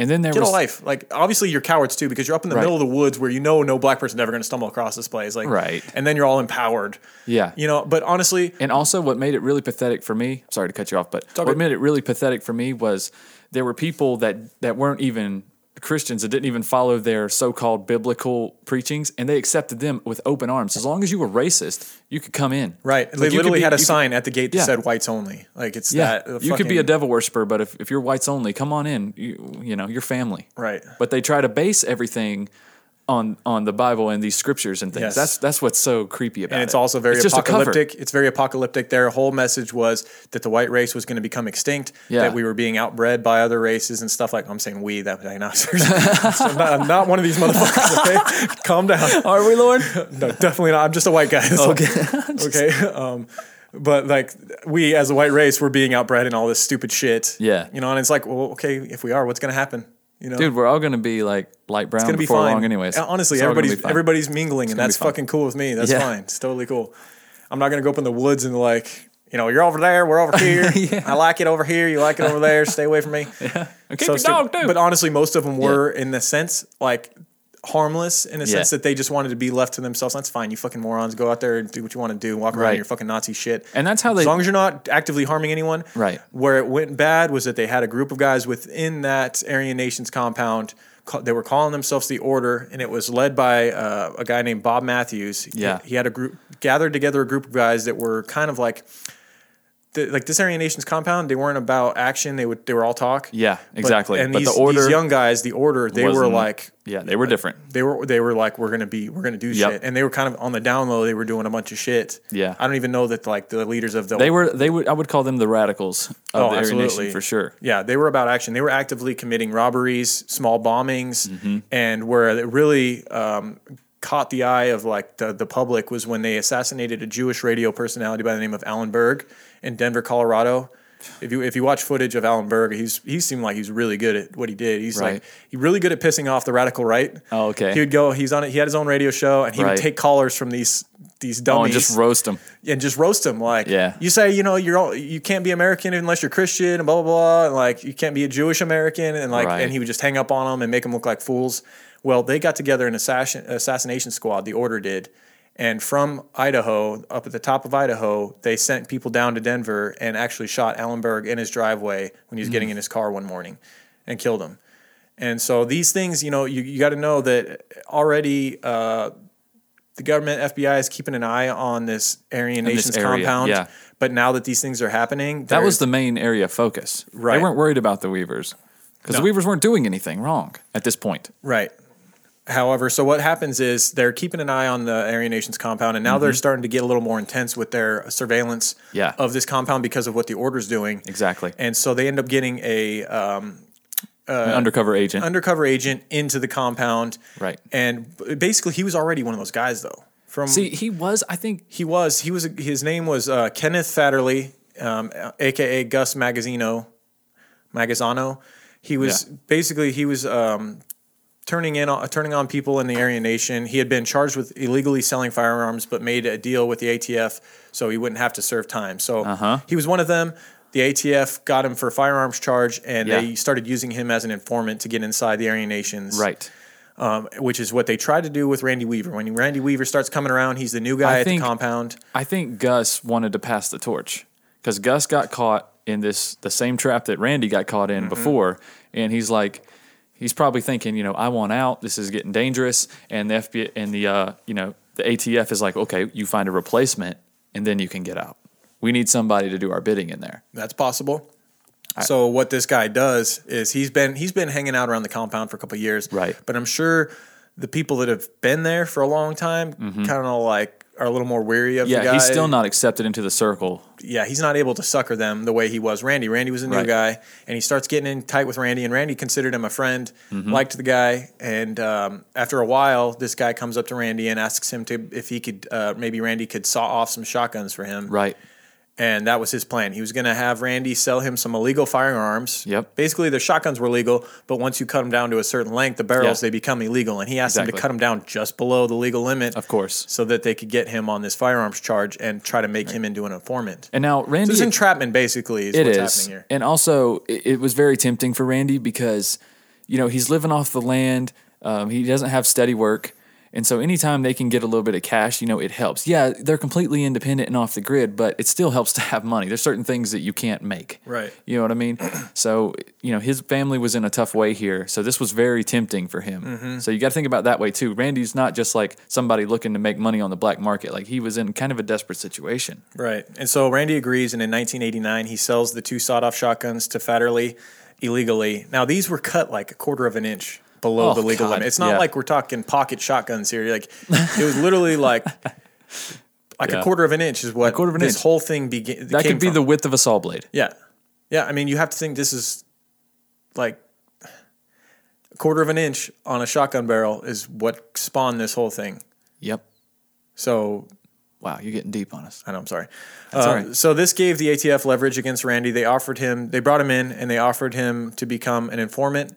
and then there get was a life. Like obviously you're cowards too because you're up in the Right. middle of the woods where you know no black person's ever going to stumble across this place. Like Right. and then you're all empowered. Yeah. you know. But honestly, And also, what made it really pathetic for me, sorry to cut you off, but what good. made it really pathetic for me was there were people that, that weren't even Christians that didn't even follow their so called biblical preachings, and they accepted them with open arms. As long as you were racist, you could come in. right? Like, they you could literally be- had a you could- sign at the gate that Yeah. said whites only. Like it's yeah, that. uh, you could be a fucking- devil worshiper, but if, if you're whites only, come on in. You, you know, you're family. Right. But they try to base everything on on the Bible and these scriptures and things. Yes. That's that's what's so creepy about it. And it's also very just a cover. apocalyptic. It's very apocalyptic. Their whole message was that the white race was going to become extinct, Yeah. that we were being outbred by other races and stuff like I'm saying we, that diagnostics. so [LAUGHS] I'm, not, I'm not one of these motherfuckers, okay? [LAUGHS] Calm down. Are we, Lord? No, definitely not. I'm just a white guy. [LAUGHS] okay. okay. Um, but like we as a white race, we're being outbred and all this stupid shit. Yeah. You know, and it's like, well, okay, if we are, what's gonna happen? You know, [LAUGHS] Dude, we're all gonna be like light brown it's gonna be before fine. long, anyways. Uh, Honestly, It's all gonna be everybody's fine. everybody's mingling, and gonna be that's fine. fucking cool with me. That's Yeah. fine. It's totally cool. I'm not gonna go up in the woods and like, you know, you're over there, [LAUGHS] we're over here. I like it over here. You like it over there. Stay away from me. And keep So your stupid. dog too. But honestly, most of them were in the sense like harmless in the Yeah. sense that they just wanted to be left to themselves. That's fine. You fucking morons, go out there and do what you want to do. Walk around in Right. your fucking Nazi shit. And that's how As they- long as you're not actively harming anyone. Right. Where it went bad was that they had a group of guys within that Aryan Nations compound. ca- They were calling themselves the Order, and it was led by uh, a guy named Bob Matthews. He- Yeah. he had a group gathered together a group of guys that were kind of like the, like this Aryan Nations compound, they weren't about action. They would they were all talk. Yeah, But- exactly. and But these, the order these young guys, the order, they were wasn't- like yeah, they were different. they were they were like we're gonna be we're gonna do Yep. shit, and they were kind of on the down low. They were doing a bunch of shit. Yeah. I don't even know that like the leaders of the They were they would I would call them the radicals of Oh, the Aryan absolutely. Nation for sure. Yeah, they were about action. They were actively committing robberies, small bombings, Mm-hmm. and where it really um, caught the eye of like the, the public was when they assassinated a Jewish radio personality by the name of Alan Berg in Denver, Colorado. If you if you watch footage of Alan Berg, he's he seemed like he's really good at what he did. He's like Right. he's really good at pissing off the radical right. Oh, okay. He would go. He's on it. He had his own radio show, and he Right. would take callers from these these Oh, dummies and just roast them. and just roast them. Like, Yeah. you say, you know, you're all, you can't be American unless you're Christian, and blah blah blah, and like you can't be a Jewish American, and like, Right. and he would just hang up on them and make them look like fools. Well, they got together an assassin assassination squad. The order did. And from Idaho, up at the top of Idaho, they sent people down to Denver and actually shot Allenberg in his driveway when Mm. he was getting in his car one morning and killed him. And so these things, you know, you, you got to know that already uh, the government, FBI is keeping an eye on this Aryan this Nations area, compound. yeah. But now that these things are happening, That they're- was the main area of focus. Right. They weren't worried about the Weavers. because No. the Weavers weren't doing anything wrong at this point. Right. However, so what happens is they're keeping an eye on the Aryan Nations compound, and now they're starting to get a little more intense with their surveillance Mm-hmm. Yeah. of this compound because of what the order's doing. Exactly. And so they end up getting a um, An undercover agent. undercover agent into the compound. Right. And b- basically, he was already one of those guys, though. From See, he was. I think he was he was his name was uh, Kenneth Satterley, um, aka Gus Magazzino, Magazzano. He was Yeah. basically he was um, turning in uh, turning on people in the Aryan Nation. He had been charged with illegally selling firearms, but made a deal with the ATF so he wouldn't have to serve time. So Uh-huh. he was one of them. The ATF got him for firearms charge, and Yeah. they started using him as an informant to get inside the Aryan Nations, right. Which is what they tried to do with Randy Weaver. When Randy Weaver starts coming around, he's the new guy at think- the compound. I think Gus wanted to pass the torch because Gus got caught in this the same trap that Randy got caught Mm-hmm. in before, and he's like, he's probably thinking, you know, I want out. This is getting dangerous, and the FBI and the uh, you know the ATF is like, okay, you find a replacement, and then you can get out. We need somebody to do our bidding in there. That's possible. so what this guy does is he's been he's been hanging out around the compound for a couple of years, Right. But I'm sure the people that have been there for a long time kind of like are a little more weary of the Mm-hmm. Yeah, guy. he's still not accepted into the circle. Yeah, he's not able to sucker them the way he was. Randy, Randy was a new Right. guy, and he starts getting in tight with Randy, and Randy considered him a friend, Mm-hmm. liked the guy, and um, after a while, this guy comes up to Randy and asks him to if he could uh, maybe Randy could saw off some shotguns for him, Right. and that was his plan. He was going to have Randy sell him some illegal firearms. Yep. Basically, their shotguns were legal, but once you cut them down to a certain length, the barrels Yeah. they become illegal. And he asked him to Exactly. cut them down just below the legal limit, Of course. so that they could get him on this firearms charge and try to make him into an informant. And now so Randy this entrapment basically is It is, what's happening here. And also, it, it was very tempting for Randy because, you know, he's living off the land. Um, he doesn't have steady work. And so, anytime they can get a little bit of cash, you know, it helps. Yeah, they're completely independent and off the grid, but it still helps [LAUGHS] to have money. There's certain things that you can't make. Right. You know what I mean? [CLEARS THROAT] So, you know, his family was in a tough way here. So, this was very tempting for him. Mm-hmm. So, you got to think about that way too. Randy's not just like somebody looking to make money on the black market. Like, he was in kind of a desperate situation. Right. And so Randy agrees, and in 1989, he sells the two sawed off shotguns to Fatterly illegally. Now, these were cut like a quarter of an inch below Oh, the legal God. limit. It's not Yeah. like we're talking pocket shotguns here. Like, it was literally [LAUGHS] like. Like Yeah. a quarter of an inch is what quarter of an this inch. whole thing began. That could be the width of a saw blade. yeah, yeah. I mean, you have to think this is like a quarter of an inch on a shotgun barrel is what spawned this whole thing. Yep. So Wow, you're getting deep on us. I know, I'm sorry. all Uh, right. So this gave the ATF leverage against Randy. They offered him, they brought him in, and they offered him to become an informant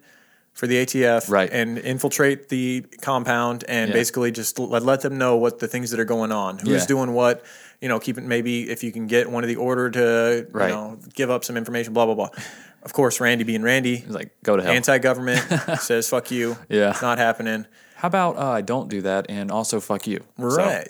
for the ATF, Right. And infiltrate the compound and Yeah. basically just let, let them know what the things that are going on, who's Yeah. doing what. You know, keep it maybe if you can get one of the order to Right. you know give up some information, blah blah blah. Of course, Randy being Randy, he's like, "Go to hell." Anti-government [LAUGHS] says fuck you. Yeah. it's not happening. How about uh, I don't do that and also fuck you? So, [LAUGHS] Right.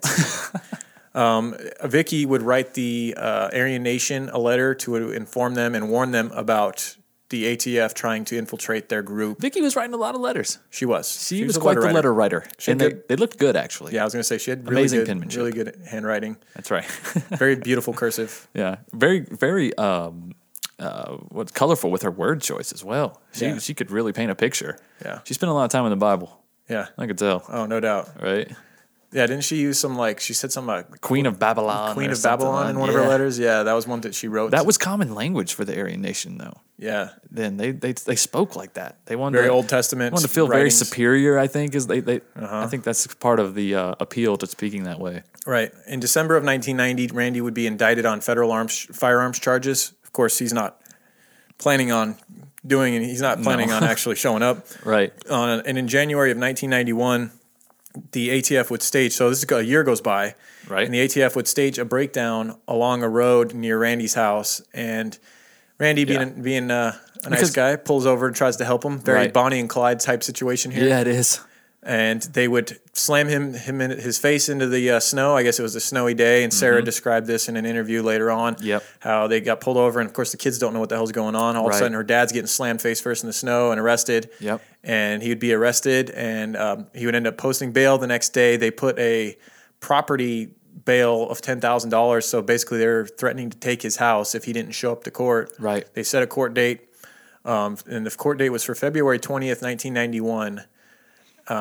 um, Vicky would write the uh, Aryan Nation a letter to inform them and warn them about the ATF trying to infiltrate their group. Vicky was writing a lot of letters. She was. She, She was, a quite the letter writer. writer. She and they, did- they looked good, actually. Yeah, I was gonna say she had really Amazing good, penmanship. really good handwriting. That's right. [LAUGHS] Very beautiful cursive. yeah. Very, very, um, uh, what's colorful with her word choice as well. She, Yeah. she could really paint a picture. Yeah. She spent a lot of time in the Bible. Yeah. I could tell. Oh, no doubt. Right. Yeah, didn't she use some like she said something about Queen of Babylon. Queen or of something Babylon like- in one of Yeah. her letters? Yeah, that was one that she wrote. That was common language for the Aryan nation, though. yeah. Then they, they they spoke like that. They wanted Very to, Old Testament Wanted to feel writings. Uh-huh. very superior. I think is they they. I think that's part of the uh, appeal to speaking that way. Right. In December of 1990, Randy would be indicted on federal arms, firearms charges. Of course, he's not planning on doing, and he's not planning [LAUGHS] on actually showing up. Right. On, and in January of 1991, the ATF would stage. So this is a year goes by, Right. And the ATF would stage a breakdown along a road near Randy's house, and Randy, being Yeah. being uh, a nice Because- guy, pulls over and tries to help him. Very Right. Bonnie and Clyde type situation here Yeah, it is. and they would slam him him in his face into the uh, snow. I guess it was a snowy day, and Sarah described this in an interview later on. Mm-hmm. Yep. how they got pulled over, and of course the kids don't know what the hell's going on. All of Right. a sudden, her dad's getting slammed face first in the snow and arrested. Yep. and he would be arrested, and um, he would end up posting bail the next day. They put a property bail of ten thousand dollars, so basically they're threatening to take his house if he didn't show up to court. Right. they set a court date. Um, and the court date was for February 20th, 1991. Um,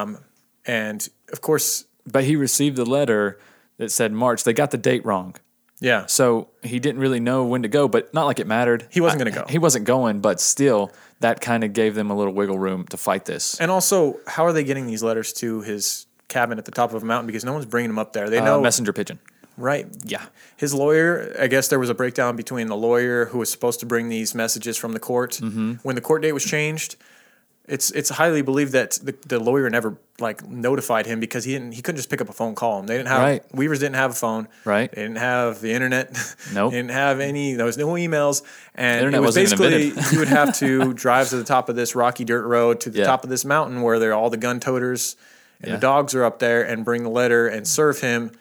and of course, But he received a letter that said March. They got the date wrong. yeah. So he didn't really know when to go, but not like it mattered. He wasn't gonna go. He wasn't going, but still, that kind of gave them a little wiggle room to fight this. And also, how are they getting these letters to his cabin at the top of a mountain? Because no one's bringing them up there. They Uh, know messenger pigeon. Right. Yeah. His lawyer, I guess there was a breakdown between the lawyer who was supposed to bring these messages from the court. Mm-hmm. When the court date was changed, it's it's highly believed that the, the lawyer never like notified him because he didn't he couldn't just pick up a phone call him. They didn't have Right. Weavers didn't have a phone. Right. They didn't have the internet. [LAUGHS] Nope. they didn't have any there was no emails. And internet it was wasn't even basically [LAUGHS] invented. you would have [LAUGHS] to drive to the top of this rocky dirt road to the Yeah. top of this mountain where there are all the gun toters and Yeah. the dogs are up there and bring the letter and serve him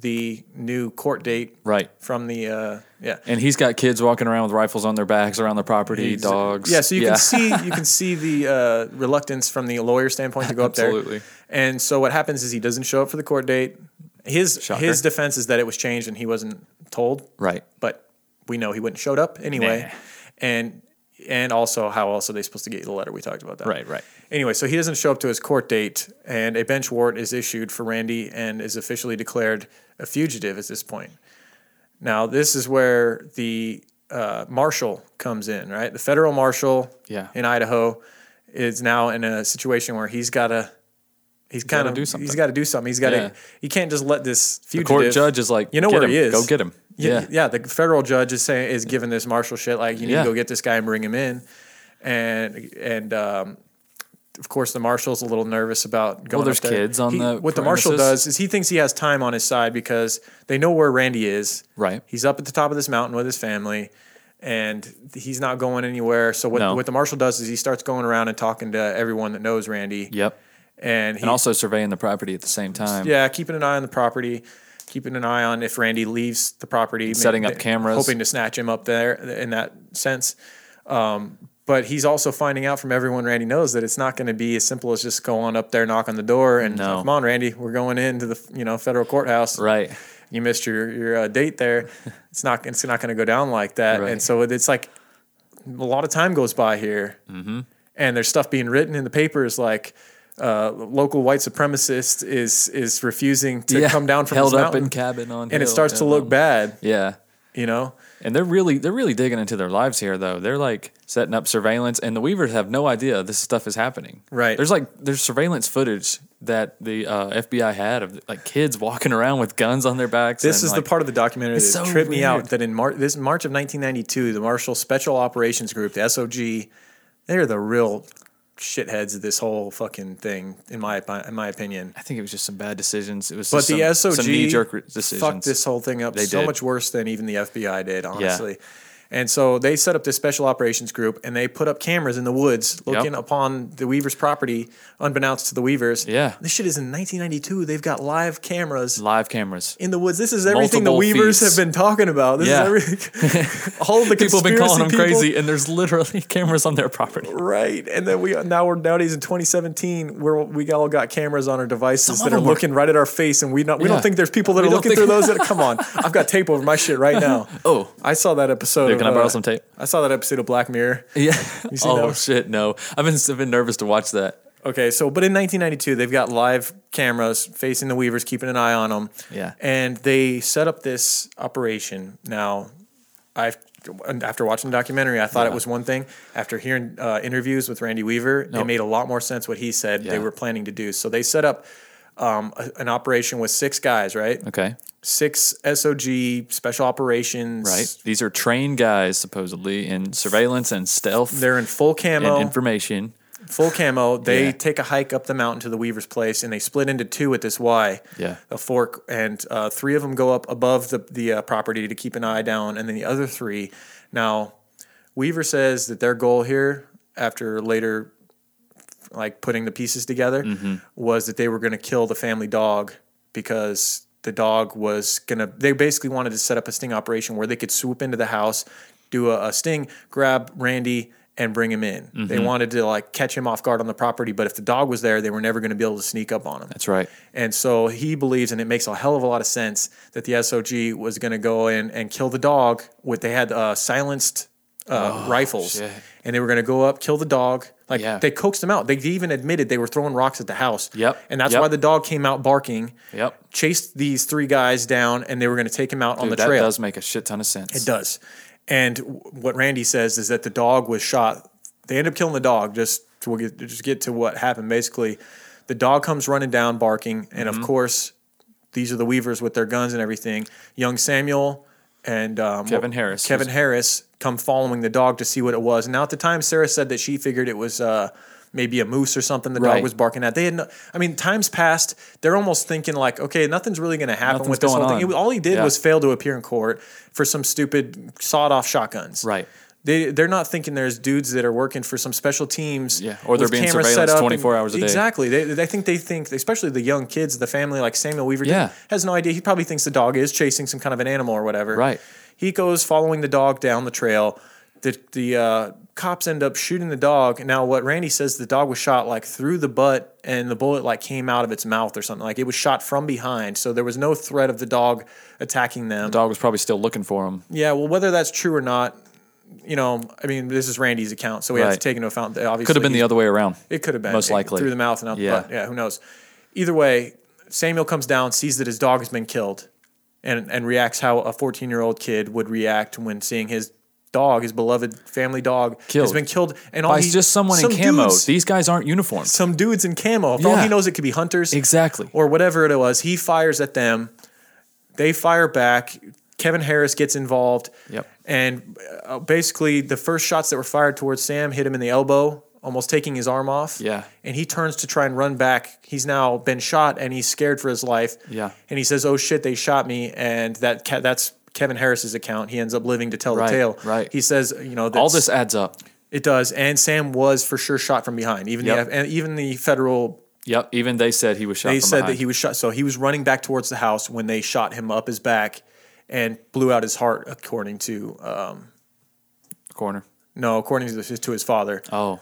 the new court date Right. from the uh, yeah And he's got kids walking around with rifles on their backs around the property, He's- dogs. yeah so you can see you [LAUGHS] can see the uh, reluctance from the lawyer standpoint to go up there Absolutely. and so what happens is he doesn't show up for the court date his Shocker. his defense is that it was changed and he wasn't told Right. but we know he wouldn't have showed up anyway Nah. and and also how else are they supposed to get the letter we talked about that Right, right. anyway so he doesn't show up to his court date and a bench warrant is issued for randy and is officially declared a fugitive at this point now this is where the uh, marshal comes in right the federal marshal Yeah. in idaho is now in a situation where he's got to he's kind gotta of do something. he's got to do something he's got to Yeah. he can't just let this The fugitive court judge is like, you know "Get where he is him. Go get him. yeah, Yeah. yeah. the federal judge is saying is giving this marshal shit like you need Yeah. to go get this guy and bring him in, and and um, of course the marshal's a little nervous about going. there's up there. kids on He- the What the marshal premises. does is he thinks he has time on his side because they know where Randy is. Right. He's up at the top of this mountain with his family. And he's not going anywhere. So what, No. what the marshal does is he starts going around and talking to everyone that knows Randy. Yep. And he And also surveying the property at the same time. yeah, keeping an eye on the property, keeping an eye on if Randy leaves the property, Setting ma- up cameras. hoping to snatch him up there in that sense. Um, but he's also finding out from everyone Randy knows that it's not going to be as simple as just going up there, knock on the door, and No. come on, Randy, we're going into the you know federal courthouse. Right. You missed your your uh, date [LAUGHS] there. It's not it's not going to go down like that. Right. And so it's like a lot of time goes by here, and there's stuff being written in the papers like uh, local white supremacist is is refusing to Yeah. come down from Held his up mountain, in cabin on and it hill, starts to look um, bad. Yeah. You know, And they're really they're really digging into their lives here though. They're like setting up surveillance and the Weavers have no idea this stuff is happening. Right. There's like there's surveillance footage that the uh, FBI had of like kids walking around with guns on their backs. this and, is like, the part of the documentary that it's so tripped me out. weird. That in Mar- this March of 1992, the Marshall Special Operations Group, the SOG, they're the real shitheads of this whole fucking thing, in my opi- in my opinion. I think it was just some bad decisions. It was But just the some, SOG some knee jerk decisions. fucked this whole thing up They so did. much worse than even the FBI did, honestly. And so they set up this special operations group and they put up cameras in the woods looking upon the Weavers' property, unbeknownst to the Weavers. Yeah. This shit is in 1992. They've got live cameras live cameras. in the woods. This is everything Multiple the Weavers feeds. have been talking about. This Yeah. is everything. [LAUGHS] all of the [LAUGHS] People have been calling them conspiracy people- crazy, and there's [LAUGHS] literally cameras on their property. Right, and then we now we're nowadays in 2017, where we all got cameras on our devices that Some of are them are- looking right at our face, and we not we Yeah. don't think there's people that We are don't looking think- through [LAUGHS] those. That come on, I've got tape over my shit right now. Oh. I saw that episode. of, Dude, can I borrow uh, some tape? I saw that episode of Black Mirror. Yeah. seen that Oh one? shit, no. I've been I've been nervous to watch that. Okay, so but in 1992, they've got live cameras facing the Weavers, keeping an eye on them. Yeah. and they set up this operation. Now, I after watching the documentary, I thought it was one thing. After hearing uh, interviews with Randy Weaver, it made a lot more sense what he said Yeah. they were planning to do. So they set up um, a- an operation with six guys, right? Okay. Six SOG special operations. Right. These are trained guys supposedly in surveillance and stealth They're in full camo. and information. full camo. They Yeah. take a hike up the mountain to the Weaver's place, and they split into two at this Y, Yeah. a fork, and uh, three of them go up above the the uh, property to keep an eye down, and then the other three. Now, Weaver says that their goal here, after later, like putting the pieces together, was that they were going to kill the family dog because. The dog was gonna. They basically wanted to set up a sting operation where they could swoop into the house, do a, a sting, grab Randy, and bring him in. They wanted to like catch him off guard on the property, but if the dog was there, they were never going to be able to sneak up on him. That's right. And so he believes, and it makes a hell of a lot of sense that the SOG was going to go in and kill the dog. With they had uh, silenced uh, rifles, Oh, shit. and they were going to go up, kill the dog. Like Yeah. they coaxed him out. They even admitted they were throwing rocks at the house. Yep. And that's Yep. why the dog came out barking. Yep. Chased these three guys down, and they were going to take him out on Dude, the that trail. does make a shit ton of sense. It does. And w- what Randy says is that the dog was shot. They end up killing the dog. Just to we'll get, just get to what happened. Basically, the dog comes running down, barking, and Mm-hmm. of course, these are the Weavers with their guns and everything. Young Samuel and um, Kevin Harris Kevin was- Harris come following the dog to see what it was. Now at the time, Sarah said that she figured it was. Uh, Maybe a moose or something the Right. dog was barking at. They had, no, I mean, times passed. They're almost thinking like, okay, nothing's really going to happen Nothing's with this going whole thing. on. It was- all he did Yeah. was fail to appear in court for some stupid sawed-off shotguns. Right. They they're not thinking there's dudes that are working for some special teams. Yeah, or they're with being cameras set surveillance up and- 24 hours a day. Exactly. They, they think they think, especially the young kids, the family like Samuel Weaver. did, Yeah. Has no idea. He probably thinks the dog is chasing some kind of an animal or whatever. Right. He goes following the dog down the trail. The the uh, cops end up shooting the dog. Now what Randy says the dog was shot like through the butt and the bullet like came out of its mouth or something. Like it was shot from behind. So there was no threat of the dog attacking them. Dog was probably still looking for him. Yeah, well, whether that's true or not, you know, I mean, this is Randy's account, so we have to Right. take into account. That obviously, Could have been the he's- other way around. It could have been most It- likely. through the mouth and out Yeah. the butt. Yeah, who knows? Either way, Samuel comes down, sees that his dog has been killed, and and reacts how a fourteen year old kid would react when seeing his dog, his beloved family dog, has Killed. been killed, and all By he- just someone in some camo. dudes- These guys aren't uniformed. some dudes in camo. If all Yeah. he knows it could be hunters. Exactly. Or whatever it was. He fires at them. They fire back. Kevin Harris gets involved. Yep. And uh, basically, the first shots that were fired towards Sam hit him in the elbow, almost taking his arm off. Yeah. And he turns to try and run back. He's now been shot and he's scared for his life. Yeah. And he says, "Oh shit, they shot me." And that ca- that's Kevin Harris's account. He ends up living to tell Right, the tale. right. He says, "You know, All that's- this adds up. it does. And Sam was for sure shot from behind. Even Yep. the and even the federal Yep. Even they said he was shot. they from said that behind. he was shot. So he was running back towards the house when they shot him up his back and blew out his heart, according to um, corner. no, according to, the, to his father. Oh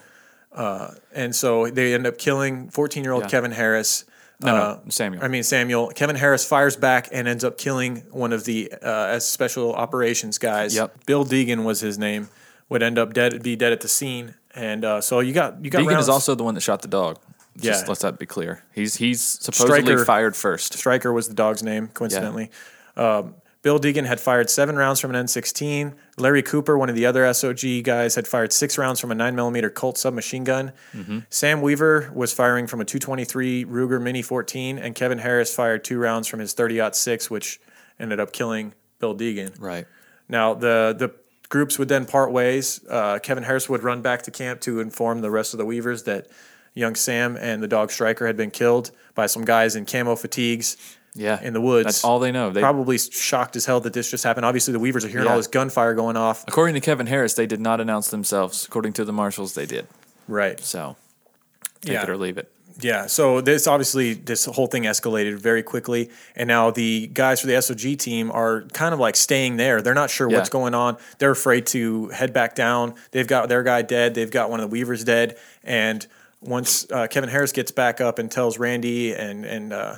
And so they end up killing 14 year old Yeah. Kevin Harris. Uh, no, no Samuel. I mean Samuel. Kevin Harris fires back and ends up killing one of the uh, as special operations guys. Yep. Bill Deegan was his name. Would end up dead, be dead at the scene. And uh, so you got you got Deacon rounds. is also the one that shot the dog. Just Yeah. let that be clear. He's he's supposedly Stryker- fired first. Striker was the dog's name, coincidentally. Um, Bill Deegan had fired seven rounds from an N16. Larry Cooper, one of the other SOG guys, had fired six rounds from a 9mm Colt submachine gun. Sam Weaver was firing from a 223 Ruger Mini 14, and Kevin Harris fired two rounds from his 30-06, which ended up killing Bill Deegan. Right. Now the the groups would then part ways. Uh, Kevin Harris would run back to camp to inform the rest of the Weavers that young Sam and the dog Striker had been killed by some guys in camo fatigues. Yeah. in the woods. That's all they know. They probably shocked as hell that this just happened. Obviously, the Weavers are hearing Yeah. all this gunfire going off. according to Kevin Harris, they did not announce themselves. According to the marshals, they did. Right. So take Yeah. it or leave it. Yeah. So this obviously this whole thing escalated very quickly, and now the guys for the SOG team are kind of like staying there. They're not sure what's Yeah. going on. They're afraid to head back down. They've got their guy dead. They've got one of the Weavers dead. And once uh, Kevin Harris gets back up and tells Randy and and uh,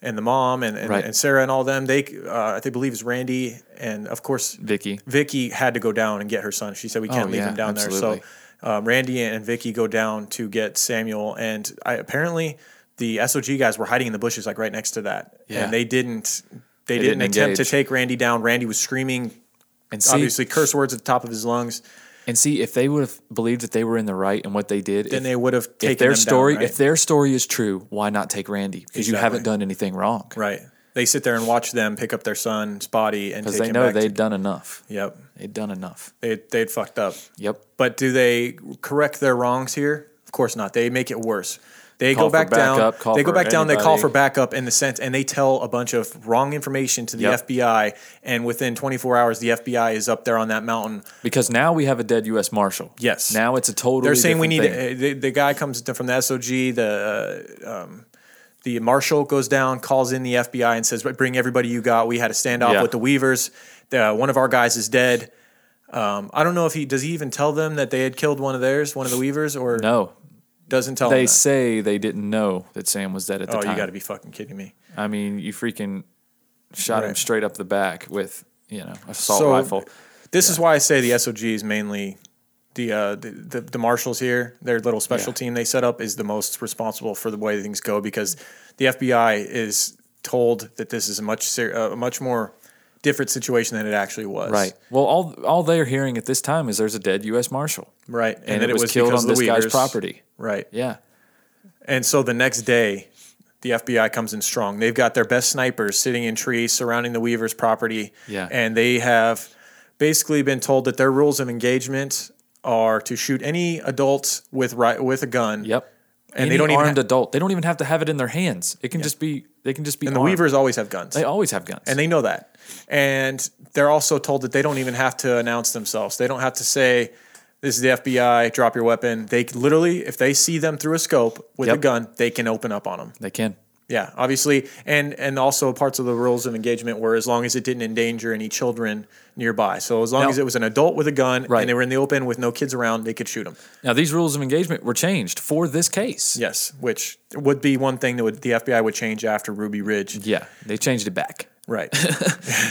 and the mom and and, Right. and Sarah and all them, they uh, I think believe is Randy and of course Vicky. Oh, Vicky had to go down and get her son. She said we can't leave yeah, him down absolutely. there. So um, Randy and Vicky go down to get Samuel, and I, apparently the SOG guys were hiding in the bushes, like right next to that, Yeah. and they didn't. They, They didn't, didn't attempt to engage. take Randy down. Randy was screaming, And see, obviously curse words at the top of his lungs. and see if they would have believed that they were in the right and what they did. Then if- they would have taken if their them down, story right? if their story is true, why not take Randy? Because you haven't Exactly. done anything wrong. Right. They sit there and watch them pick up their son's body and Because take they him know back to- they'd done enough. yep. They'd done enough. They they'd fucked up. Yep. But do they correct their wrongs here? Of course not. They make it worse. They Call go for back backup, down. call They go for back down. They call anybody. for backup in the sense, and they tell a bunch of wrong information to the Yep. FBI. And within 24 hours, the FBI is up there on that mountain. Because now we have a dead U.S. Marshal. Yes. Now it's a totally. They're saying we need different thing. uh, the, the guy comes to- from the SOG. The uh, um, the marshal goes down, calls in the FBI, and says, "Bring everybody you got. We had a standoff Yeah. with the Weavers. The, one of our guys is dead." Um, I don't know if he does. He even tell them that they had killed one of theirs, one of the Weavers, or No, doesn't tell they them. that? say they didn't know that Sam was dead at the Oh, time. you got to be fucking kidding me! I mean, you freaking shot him Right. straight up the back with you know assault So- rifle. This is why I say the SOGs mainly the uh, the, the the marshals here. Their little special Yeah. team they set up is the most responsible for the way things go because the FBI is told that this is a much ser- uh, a much more different situation than it actually was. Right. Well, all all they're hearing at this time is there's a dead U.S. Marshal, Right. and, it, was, killed because on of this the guy's Uyghurs. property. Right. Yeah. And so the next day, the FBI comes in strong. They've got their best snipers sitting in trees surrounding the Weaver's property. Yeah. And they have basically been told that their rules of engagement are to shoot any adult with ri- with a gun. Yep. And Any they don't even armed ha- adult. They don't even have to have it in their hands. It can just be. They can just be. and the armed. Weavers always have guns. They always have guns. and they know that. And they're also told that they don't even have to announce themselves. They don't have to say, "This is the FBI. Drop your weapon." They c- literally, if they see them through a scope with a Yep. gun, they can open up on them. they can. Yeah, obviously, and and also parts of the rules of engagement were as long as it didn't endanger any children nearby. So as long Now- as it was an adult with a gun Right. and they were in the open with no kids around, they could shoot them. Now these rules of engagement were changed for this case. Yes, which would be one thing that would the FBI would change after Ruby Ridge. Yeah. They changed it back. [LAUGHS] Right.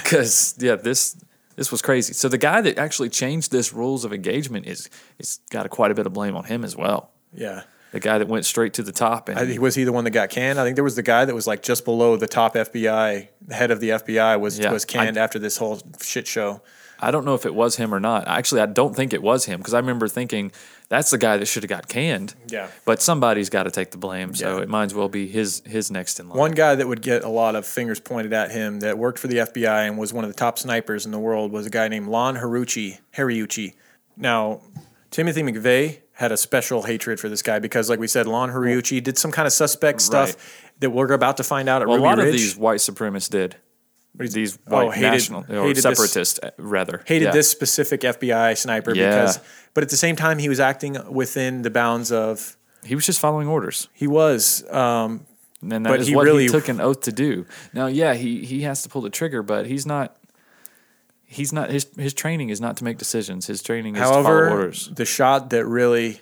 because yeah, this this was crazy. So the guy that actually changed this rules of engagement is it's got a, quite a bit of blame on him as well. yeah. The guy that went straight to the top and I, think- was he the one that got canned? I think there was the guy that was like just below the top FBI, the head of the FBI was Yeah, was canned I- after this whole shit show. I don't know if it was him or not. Actually, I don't think it was him because I remember thinking that's the guy that should have got canned. Yeah. but somebody's got to take the blame, so Yeah. it might as well be his his next in line. One guy that would get a lot of fingers pointed at him that worked for the FBI and was one of the top snipers in the world was a guy named Lon Haruchi, Hariuchi. Now, Timothy McVeigh had a special hatred for this guy because, like we said, Lon Hariuchi did some kind of suspect Right. stuff that we're about to find out at well, a Ruby lot Ridge. of these white supremacists did. These Oh, white hated- national or hated this- separatists, uh, rather hated Yeah. this specific FBI sniper Yeah. because, but at the same time, he was acting within the bounds of He was just following orders. he was. Um, And that is But he what really- he took an oath to do. Now, yeah, he he has to pull the trigger, but he's not. He's not his his training is not to make decisions. His training is to follow However, orders. the shot that really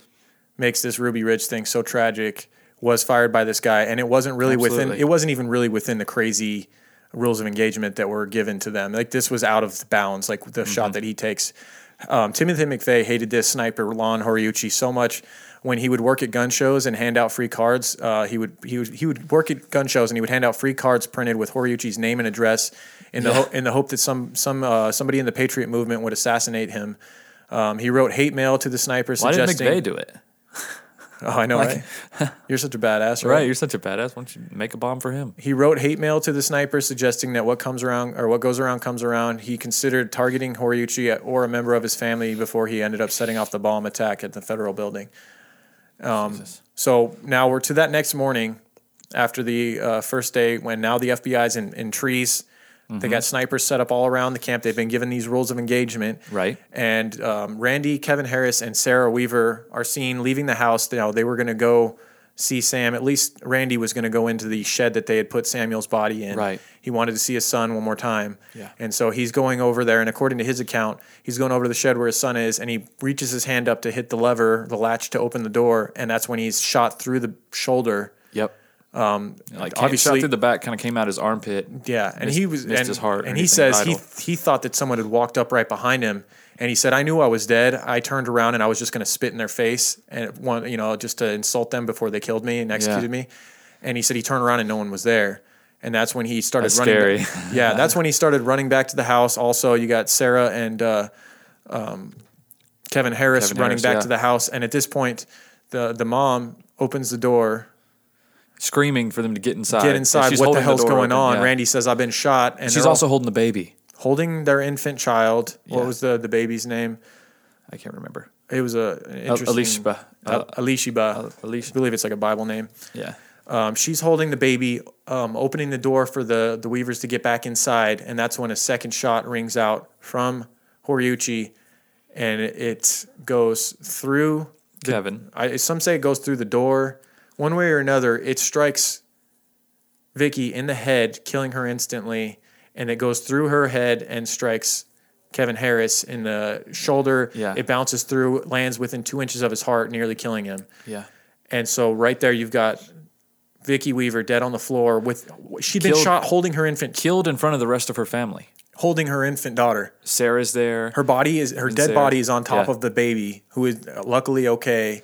makes this Ruby Ridge thing so tragic was fired by this guy, and it wasn't really within. Absolutely. It wasn't even really within the crazy rules of engagement that were given to them. Like this was out of the bounds. Like the Mm-hmm. shot that he takes. Um, Timothy McVeigh hated this sniper Lon Horiuchi so much. When he would work at gun shows and hand out free cards, uh, he would he would he would work at gun shows and he would hand out free cards printed with Horiuchi's name and address in the ho- in the hope that some some uh, somebody in the Patriot movement would assassinate him. Um, he wrote hate mail to the sniper Why didn't suggesting. McVeigh do it? Oh, I know, [LAUGHS] right? You're such a badass, right? Right, you're such a badass. Why don't you make a bomb for him? He wrote hate mail to the sniper suggesting that what comes around or what goes around comes around. He considered targeting Horiuchi or a member of his family before he ended up setting off the bomb attack at the federal building. So now we're to that next morning after the uh, first day when now the FBI's in, in trees. They Mm-hmm. got snipers set up all around the camp. They've been given these rules of engagement. Right. And um, Randy, Kevin Harris, and Sarah Weaver are seen leaving the house. Now they were going to go see Sam. At least Randy was going to go into the shed that they had put Samuel's body in. Right. He wanted to see his son one more time. Yeah. And so he's going over there, and according to his account, he's going over to the shed where his son is, and he reaches his hand up to hit the lever, the latch to open the door, and that's when he's shot through the shoulder. Yep. Um, like obviously- shot through the back, kind of came out his armpit. Yeah, and Missed- he was missed and, his heart. or and he anything says vital. he he thought that someone had walked up right behind him, and he said, "I knew I was dead. I turned around and I was just going to spit in their face and one, you know, just to insult them before they killed me and executed me." And he said he turned around and no one was there, and that's when he started That's running. scary. ba- [LAUGHS] yeah, that's when he started running back to the house. Also, you got Sarah and uh, um, Kevin Harris Kevin running Harris, back yeah. to the house, and at this point, the the mom opens the door screaming for them to get inside. get Uh, And inside she's what the holding hell's door going open, on yeah. randy says i've been shot and She's they're all- also holding the baby. holding their infant child. What Yeah. was the the baby's name? I can't remember. It was a an interesting Elisheba. Uh, Elisheba. Al- Elish- I believe it's like a Bible name. Yeah. Um, she's holding the baby, um, opening the door for the the weavers to get back inside, and that's when a second shot rings out from Horiuchi, and it, it goes through. Kevin. I, some say it goes through the door. One way or another, it strikes Vicky in the head, killing her instantly, and it goes through her head and strikes Kevin Harris in the shoulder. Yeah. It bounces through, lands within two inches of his heart, nearly killing him. Yeah. And so right there, you've got Vicky Weaver dead on the floor with she'd been Killed- shot holding her infant, Killed in front of the rest of her family. holding her infant daughter. Sarah's there. Her body is her dead Sarah- body is on top yeah. of the baby, who is uh, luckily okay.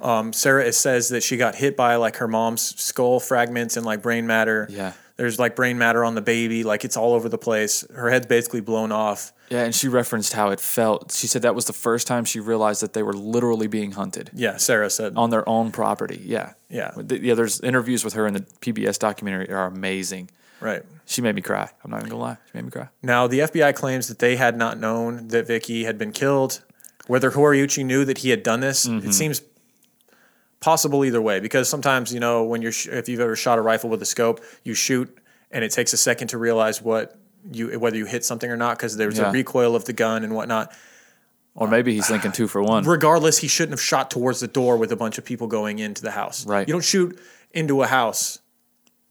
Um, Sarah it says that she got hit by like her mom's skull fragments and like brain matter. Yeah. there's like brain matter on the baby, like it's all over the place. Her head's basically blown off. yeah, and she referenced how it felt. She said that was the first time she realized that they were literally being hunted Yeah, Sarah said. on their own property. Yeah, Yeah. Th- yeah. There's interviews with her in the PBS documentary are amazing. right. She made me cry. I'm not even gonna lie. She made me cry. Now, the FBI claims that they had not known that Vicky had been killed. Whether Horiuchi knew that he had done this, it seems possible either way. Because sometimes, you know, when you're sh- if you've ever shot a rifle with a scope, you shoot and it takes a second to realize what you whether you hit something or not because there's Yeah. a recoil of the gun and whatnot. Or maybe he's thinking two for one. Regardless, he shouldn't have shot towards the door with a bunch of people going into the house. Right. You don't shoot into a house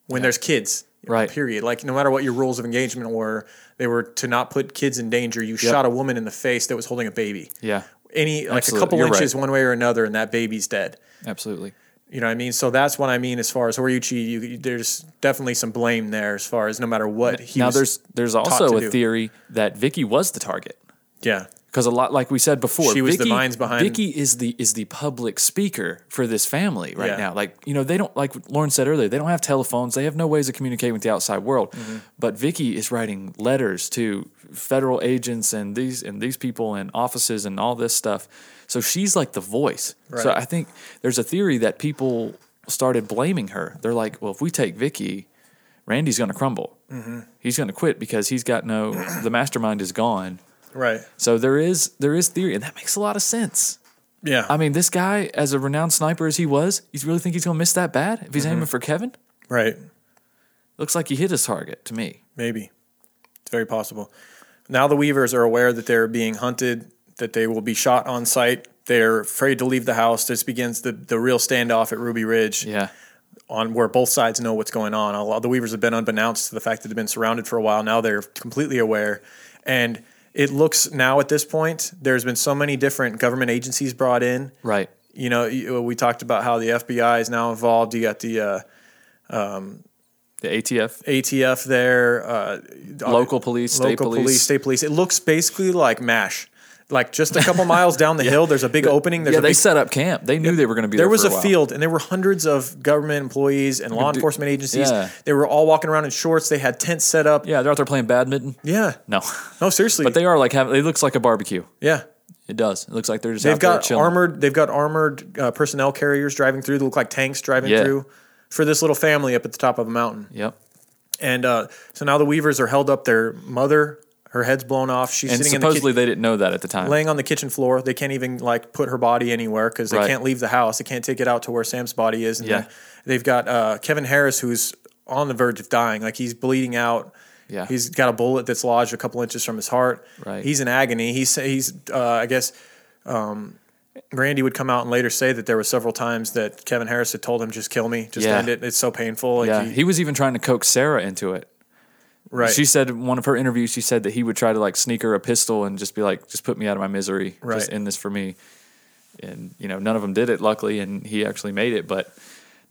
when there's kids. Right. Period. Like no matter what your rules of engagement were, they were to not put kids in danger. You shot a woman in the face that was holding a baby. Yeah, Any like Absolutely. a couple You're inches right. one way or another, and that baby's dead. absolutely. You know what I mean? So that's what I mean as far as Horiuchi. You, you- there's definitely some blame there as far as no matter what he. now was there's there's taught also to a do. theory that Vicky was the target. Yeah. because a lot like we said before She was the minds behind- vicky is the is the public speaker for this family right Yeah. now like you know they don't like lauren said earlier they don't have telephones they have no ways of communicating with the outside world Mm-hmm. but vicky is writing letters to federal agents and these and these people and offices and all this stuff so she's like the voice so Right. i think there's a theory that people started blaming her they're like well if we take vicky randy's going to crumble Mm-hmm. he's going to quit because he's got no the mastermind is gone Right. so there is there is theory, and that makes a lot of sense. Yeah. I mean, this guy, as a renowned sniper as he was, you really think he's gonna miss that bad if he's Mm-hmm. aiming for Kevin? right. Looks like he hit his target to me. Maybe. It's very possible. Now the Weavers are aware that they're being hunted, that they will be shot on sight. They're afraid to leave the house. This begins the, the real standoff at Ruby Ridge Yeah, on where both sides know what's going on. A lot- The Weavers have been unbeknownst to the fact that they've been surrounded for a while. Now they're completely aware. And it looks now at this point, there's been so many different government agencies brought in right. you know, you- we talked about how the FBI is now involved. You got the uh, The ATF, ATF there, uh, Local police, state local police, police. state police. It looks basically like Mash. Like just a couple miles down [LAUGHS] the hill, there's a big opening. There's yeah, a they big, set up camp. They knew they were gonna be there. there was for a, while. field, and there were hundreds of government employees and law enforcement agencies. yeah. They were all walking around in shorts. They had tents set up. Yeah, they're out there playing badminton. yeah. No, No, seriously. [LAUGHS] but they are like having. It looks like a barbecue. yeah. It does. It looks like they're just They've out there got chilling. armored. They've got armored uh, personnel carriers driving through. They look like tanks driving Yeah. through for this little family up at the top of a mountain. Yep. And uh, so now the Weavers are held up. Their mother, her head's blown off. She's And sitting supposedly in the they didn't know that at the time. ki- laying on the kitchen floor. They can't even like put her body anywhere because they Right. can't leave the house. They can't take it out to where Sam's body is. And Yeah. then they've got uh, Kevin Harris who's on the verge of dying. Like he's bleeding out. Yeah. he's got a bullet that's lodged a couple inches from his heart. Right. he's in agony. He's he's uh, I guess. Um, Randy would come out and later say that there were several times that Kevin Harris had told him, "Just kill me, just Yeah. end it. It's so painful." Like yeah, he- he was even trying to coax Sarah into it. right. She said in one of her interviews, she said that he would try to like sneak her a pistol and just be like, just put me out of my misery. Right. Just end this for me. And, you know, none of them did it, luckily, and he actually made it. But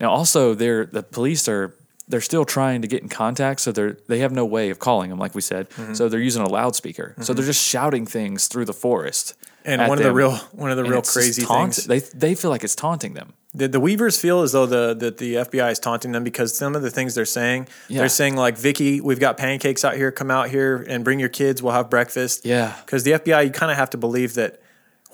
now also they're the police are they're still trying to get in contact, so they're they have no way of calling them, like we said. Mm-hmm. So they're using a loudspeaker. So they're just shouting things through the forest. and at one of the them. real one of the And real it's just crazy taunt- things They they feel like it's taunting them. the, the Weavers feel as though the that the FBI is taunting them because some of the things they're saying Yeah. they're saying like Vicky we've got pancakes out here come out here and bring your kids we'll have breakfast Yeah. because the FBI you kind of have to believe that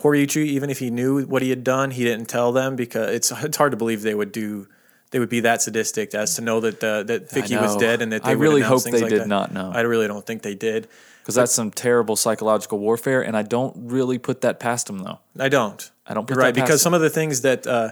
Horiuchi even if he knew what he had done he didn't tell them because it's it's hard to believe they would do they would be that sadistic as to know that the, that Vicky was know. dead and that they I would really announce hope things they like did that. not know. I really don't think they did Because that's some terrible psychological warfare, and I don't really put that past them though. I don't. I don't put You're right that past because them. some of the things that uh,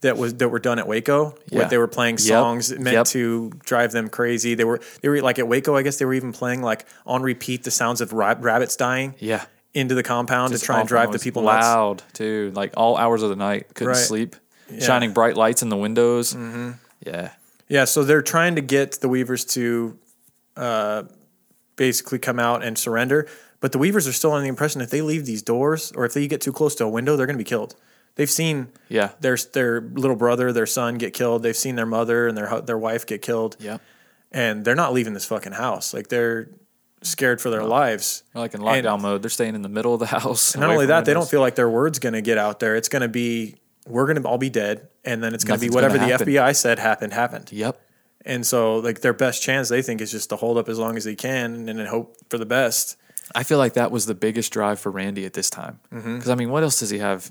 that was that were done at Waco, Yeah. what they were playing Yep. songs meant Yep. to drive them crazy. They were they were like at Waco. I guess they were even playing like on repeat the sounds of rab- rabbits dying. Yeah. Into the compound Just to try and awful drive the noise. people nuts. loud too, like all hours of the night. Couldn't Right. Mm-hmm. sleep. Shining bright lights in the windows. Yeah, Yeah, so they're trying to get the Weavers to uh, basically come out and surrender, but the Weavers are still under the impression if they leave these doors or if they get too close to a window, they're going to be killed. They've seen Yeah. their their little brother, their son get killed. They've seen their mother and their hu- their wife get killed. Yep. and they're not leaving this fucking house. Like they're scared for their lives. They're like in And- lockdown mode. They're staying in the middle of the [LAUGHS] house. Not away only from that, they don't windows. feel like their word's going to get out there. It's going to be we're going to all be dead, and then it's going to be Nothing's whatever gonna the happen. FBI said happened happened. Yep. And so, like their best chance, they think, is just to hold up as long as they can and then hope for the best. I feel like that was the biggest drive for Randy at this time. Because I mean, what else does he have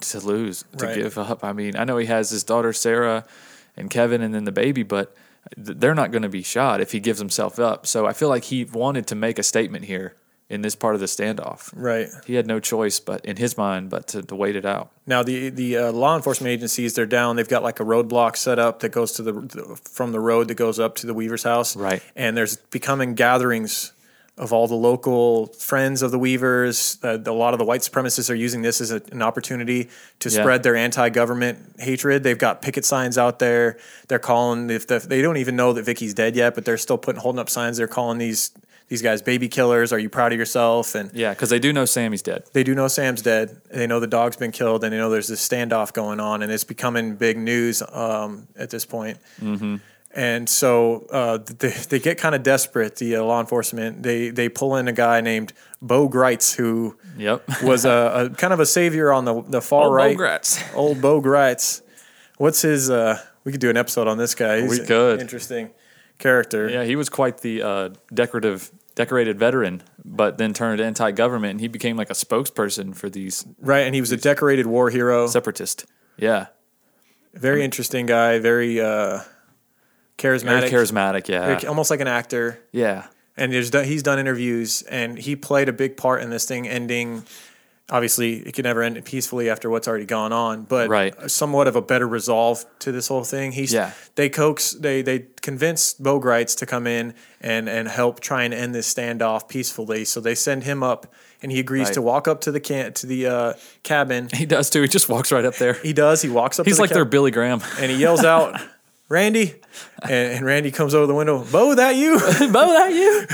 to lose to Mm-hmm. Right. give up? I mean, I know he has his daughter Sarah and Kevin, and then the baby, but th- they're not going to be shot if he gives himself up. So I feel like he wanted to make a statement here in this part of the standoff. Right. He had no choice, but in his mind, but to, to wait it out. Now the the uh, law enforcement agencies they're down. They've got like a roadblock set up that goes to the from the road that goes up to the Weaver's house. Right. And there's becoming gatherings of all the local friends of the Weavers. Uh, a lot of the white supremacists are using this as a, an opportunity to Yeah. spread their anti-government hatred. They've got picket signs out there. They're calling if the, they don't even know that Vicky's dead yet, but they're still putting holding up signs. They're calling these these guys baby killers. Are you proud of yourself? And Yeah, because they do know Sammy's dead. they do know Sam's dead. They know the dog's been killed, and they know there's this standoff going on, and it's becoming big news um, at this point. Mm-hmm. And so uh, they, they get kind of desperate. The uh, law enforcement they they pull in a guy named Bo Greitz who Yep. [LAUGHS] was a, a kind of a savior on the the far Old Bo right. Greitz. Old Bo Greitz. What's his? Uh, we could do an episode on this guy. He's We an could. interesting character. Yeah, he was quite the uh, decorative, decorated veteran, but then turned anti-government, and he became like a spokesperson for these Right, and he was a decorated war hero. separatists. Yeah, Very interesting guy. Very uh, very charismatic. charismatic. Yeah, Like, almost like an actor. yeah, [LAUGHS] And there's done, he's done interviews, and he played a big part in this thing ending. Obviously, it could never end peacefully after what's already gone on, but Right. somewhat of a better resolve to this whole thing. He's Yeah. they coax they they convince Bogreitz to come in and and help try and end this standoff peacefully. So they send him up, and he agrees Right. to walk up to the can to the uh, cabin. he does too. He just walks right up there. He does. He walks up. to He's the like their cab- Billy [LAUGHS] Graham. and he yells out, "Randy!" And, and Randy comes over the window. Bo, that you? Bo, that you?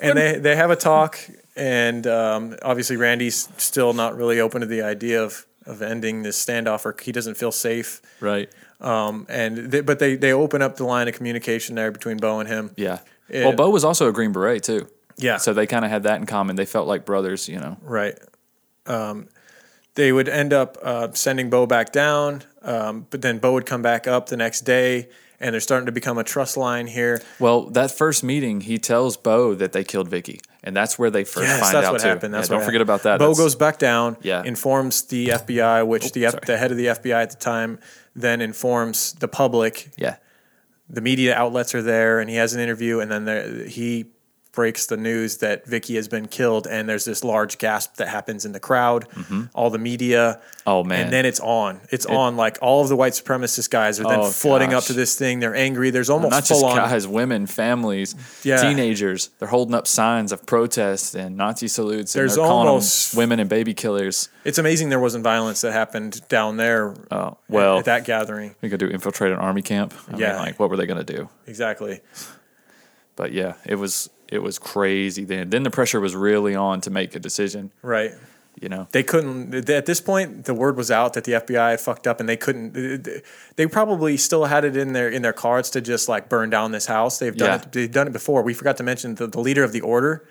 and they, they have a talk, and um, obviously Randy's still not really open to the idea of of ending this standoff, or he doesn't feel safe. Right. Um, and they, but they they open up the line of communication there between Bo and him. Yeah. Yeah. well, Bo was also a Green Beret too. Yeah. So they kind of had that in common. They felt like brothers, you know. Right. Um, they would end up uh, sending Bo back down, um, but then Bo would come back up the next day, and they're starting to become a trust line here. Well, that first meeting, he tells Bo that they killed Vicky, and that's where they first Yes, find that's out what too. happened. That's Yeah, what don't forget happened. about that. Bo That's- goes back down, Yeah. Oh, informs the FBI, which the, F- sorry. the head of the FBI at the time then informs the public. Yeah. The media outlets are there, and he has an interview, and then there, he breaks the news that Vicky has been killed, and there's this large gasp that happens in the crowd, all the media. Mm-hmm. Oh, man. And then it's on. It's on. Like all of the white supremacist guys are then Oh, flooding up gosh. to this thing. They're angry. There's almost not full just on. guys, women, families, Yeah. teenagers. They're holding up signs of protest and Nazi salutes. There's and they're calling 'em almost- women and baby killers. It's amazing there wasn't violence that happened down there. Oh, well. at that gathering. We could do infiltrate an army camp. I mean, Yeah. like what were they gonna do? Exactly. But yeah, it was it was crazy then. Then the pressure was really on to make a decision. Right. You know, They couldn't. th- At this point, the word was out that the FBI had fucked up, and they couldn't. th- th- They probably still had it in their in their cards to just like burn down this house. They've done Yeah. it. They've done it before. We forgot to mention the, the leader of the order,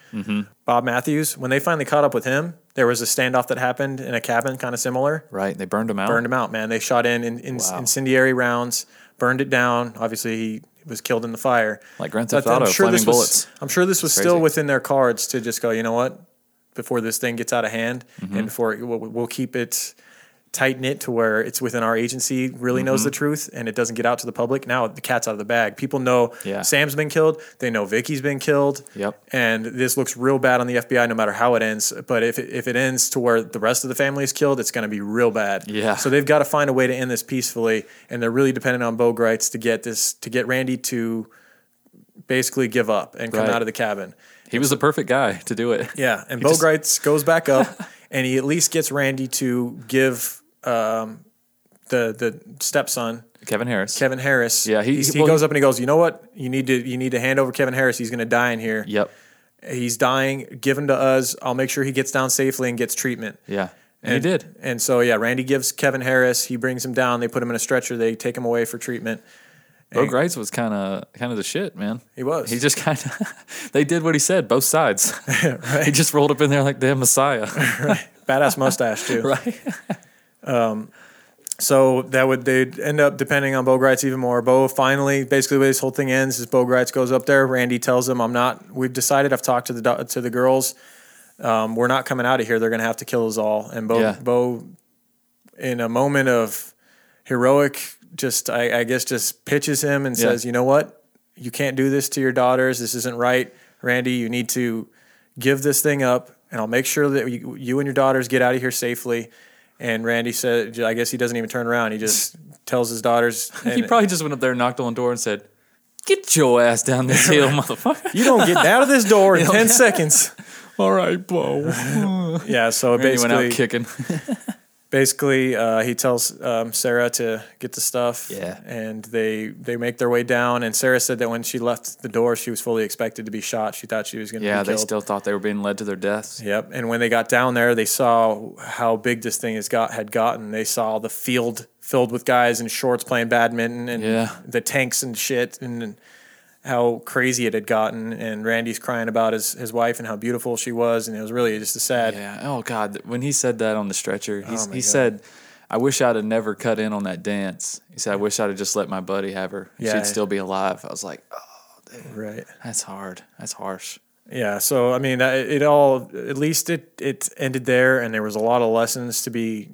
Bob Matthews. When they finally caught up with him, there was a standoff that happened in a cabin, kind of similar. right? They burned them out. Burned him out, man. They shot in, in, in Wow. incendiary rounds, burned it down. Obviously, he was killed in the fire. Like Grand Theft But Auto, this flaming was, bullets. I'm sure this was still crazy. within their cards to just go, you know what, before this thing gets out of hand Mm-hmm. and before it- we'll, we'll keep it tight knit to where it's within our agency, really knows Mm-hmm. the truth and it doesn't get out to the public. Now the cat's out of the bag. People know Yeah. Sam's been killed. They know Vicky's been killed. Yep. And this looks real bad on the FBI no matter how it ends. But if it, if it ends to where the rest of the family is killed, it's going to be real bad. Yeah. So they've got to find a way to end this peacefully, and they're really dependent on Bo Greitz to get this to get Randy to basically give up and come Right. out of the cabin. He was the perfect guy to do it. Yeah, and He Bo just- Greitz goes back [LAUGHS] up, and he at least gets Randy to give um, the the stepson Kevin Harris. Kevin Harris. Yeah, he- he's- he, well, goes he- up and he goes, you know what? You need to you need to hand over Kevin Harris. He's going to die in here. Yep. He's dying. Give him to us. I'll make sure he gets down safely and gets treatment. Yeah. And, he did. And so yeah, Randy gives Kevin Harris. He brings him down. They put him in a stretcher. They take him away for treatment. Bo Greitz was kind of kind of the shit, man. He was. He just kind of. [LAUGHS] they did what he said, [LAUGHS] both sides. He just rolled up in there like the Messiah, [LAUGHS] badass mustache too. right? So that would they'd end up depending on Bo Greitz even more. Bo finally, basically, the way this whole thing ends is Bo Greitz goes up there. Randy tells him, "I'm not. We've decided. I've talked to the do- to the girls. Um, we're not coming out of here. They're going to have to kill us all." And Bo, Yeah. Bo, in a moment of heroic, just I, I guess just pitches him and Yeah. says, "You know what? You can't do this to your daughters. This isn't right, Randy. You need to give this thing up, and I'll make sure that you, you and your daughters get out of here safely." And Randy said, "I guess he doesn't even turn around. He [LAUGHS] just tells his daughters." he and- probably just went up there, and knocked on the door, and said, "Get your ass [LAUGHS] down this hill, motherfucker!" you don't get out of this door [LAUGHS] in ten seconds. [LAUGHS] All right, Bo. Yeah, so And he basically, went out kicking. basically uh, he tells um, Sarah to get the stuff. Yeah. And they they make their way down. And Sarah said that when she left the door, she was fully expected to be shot. She thought she was going to [LAUGHS] yeah, be killed. they still thought they were being led to their deaths. Yep. And when they got down there, they saw how big this thing has got had gotten. They saw the field filled with guys in shorts playing badminton and Yeah. the tanks and shit and how crazy it had gotten. And Randy's crying about his, his wife and how beautiful she was. And it was really just a sad. Yeah. Oh God, th- when he said that on the stretcher, he's, Oh, he said, "I wish I'd have never cut in on that dance." He said, "I wish I'd have just let my buddy have her. Yeah. She'd still be alive." I was like, oh, Right. "That's hard. That's harsh." Yeah, so I mean, that- it all at least it it ended there, and there was a lot of lessons to be.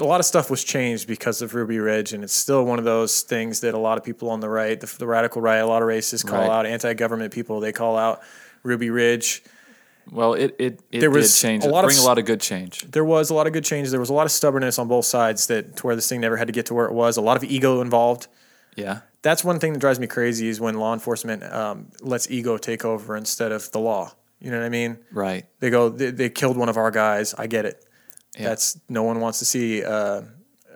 A lot of stuff was changed because of Ruby Ridge, and it's still one of those things that a lot of people on the right, the, the radical right, a lot of racists call Right. out, anti-government people they call out Ruby Ridge. Well, it it, it There did was change. a lot of bring s- a lot of good change. There was a lot of good change. There was a lot of stubbornness on both sides that to where this thing never had to get to where it was. A lot of ego involved. Yeah. That's one thing that drives me crazy is when law enforcement um, lets ego take over instead of the law. You know what I mean? Right. They go, they, they killed one of our guys. I get it. That's no one wants to see uh,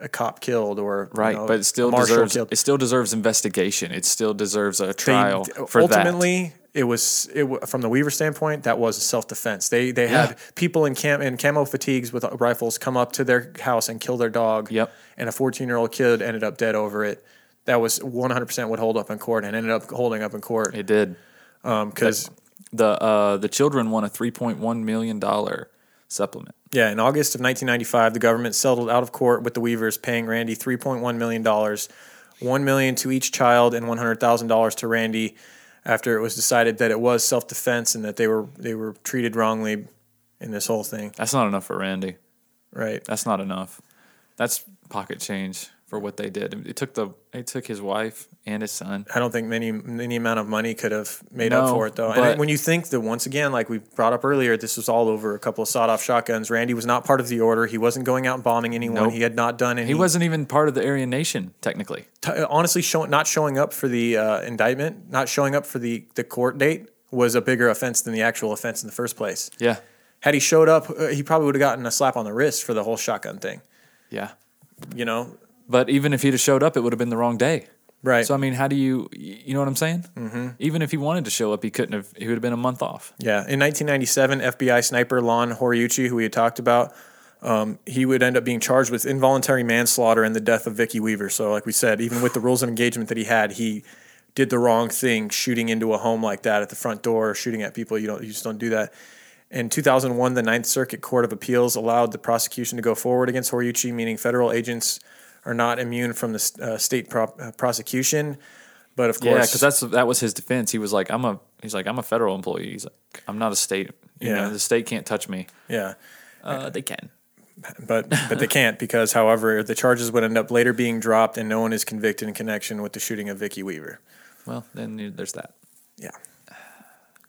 a cop killed or you Right. know, but it still a marshal deserves it still deserves investigation. It still deserves a They- trial for that. ultimately, it was it wa- from the Weaver standpoint that was self defense. They they Yeah. had people in cam in camo fatigues with uh, rifles come up to their house and kill their dog. Yep. And a 14 year old kid ended up dead over it. That was 100 percent would hold up in court and ended up holding up in court um, It did. because The uh the children won a three point one million dollar supplement. Yeah, in August of 1995, the government settled out of court with the Weavers, paying Randy 3.1 million dollars, one million to each child and 100 thousand dollars to Randy, after it was decided that it was self-defense and that they were they were treated wrongly in this whole thing. That's not enough for Randy. Right? That's not enough. That's pocket change for what they did. It took the it took his wife and his son. I don't think many any amount of money could have made up No, for it though. but- And when you think that once again, like we brought up earlier, this was all over a couple of sawed-off shotguns. Randy was not part of the order. He wasn't going out and bombing anyone. Nope. He had not done any. He wasn't even part of the Aryan Nation technically. t- honestly showing not showing up for the uh, indictment, not showing up for the the court date was a bigger offense than the actual offense in the first place. Yeah, Had he showed up, uh, he probably would have gotten a slap on the wrist for the whole shotgun thing. yeah. You know, But even if he'd have showed up, it would have been the wrong day. right? So I mean, how do you you know what I'm saying? Mm-hmm. Even if he wanted to show up, he couldn't have. He would have been a month off. yeah. In 1997, FBI sniper Lon Horiuchi, who we had talked about, um, he would end up being charged with involuntary manslaughter and the death of Vicky Weaver. So, like we said, even with the rules of engagement that he had, he did the wrong thing, shooting into a home like that at the front door, shooting at people. You don't, you just don't do that. In 2001, the Ninth Circuit Court of Appeals allowed the prosecution to go forward against Horiuchi, meaning federal agents are not immune from the uh, state prop, uh, prosecution. But of Yeah, course, because that's that was his defense. He was like, I'm a he's like I'm a federal employee. He's like I'm not a state. You Yeah. know, the state can't touch me. yeah. Uh, they can. but but they can't because, however, the charges would end up later being dropped, and no one is convicted in connection with the shooting of Vicky Weaver. Well, then you- there's that. Yeah,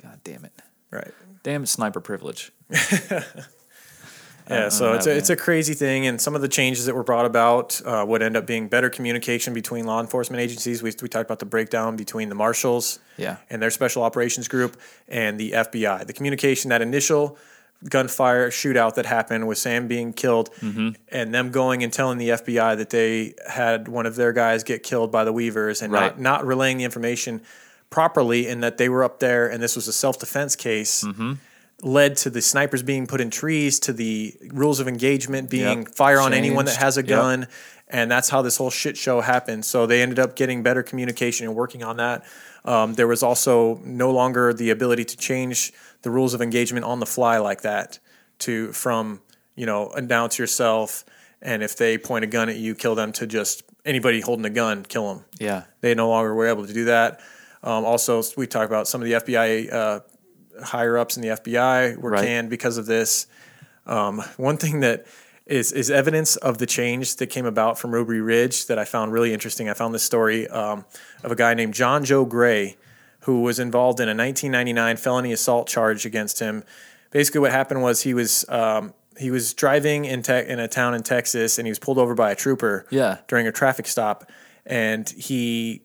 God damn it. right. Damn it, sniper privilege. Yeah, so it's a, man. it's a crazy thing, and some of the changes that were brought about uh, would end up being better communication between law enforcement agencies. We, we talked about the breakdown between the marshals, Yeah. and their special operations group and the FBI. The communication that initial gunfire shootout that happened with Sam being killed, Mm-hmm. and them going and telling the FBI that they had one of their guys get killed by the Weavers, and Right. not not relaying the information properly, and that they were up there, and this was a self defense case Mm-hmm. led to the snipers being put in trees, to the rules of engagement being Yep. fire on anyone that has Changed. a Yep. gun. and that's how this whole shit show happened. So they ended up getting better communication and working on that. Um, there was also no longer the ability to change the rules of engagement on the fly like that. To from you know announce yourself, and if they point a gun at you, kill them. To just anybody holding a gun, kill them. Yeah. they no longer were able to do that. Um, also, we talked about some of the FBI uh, higher ups in the FBI were Right. canned because of this. Um, one thing that is is evidence of the change that came about from Ruby Ridge that I found really interesting. I found this story um, of a guy named John Joe Gray who was involved in a 1999 felony assault charge against him. Basically, what happened was he was um, he was driving in te- in a town in Texas and he was pulled over by a trooper Yeah. during a traffic stop, and he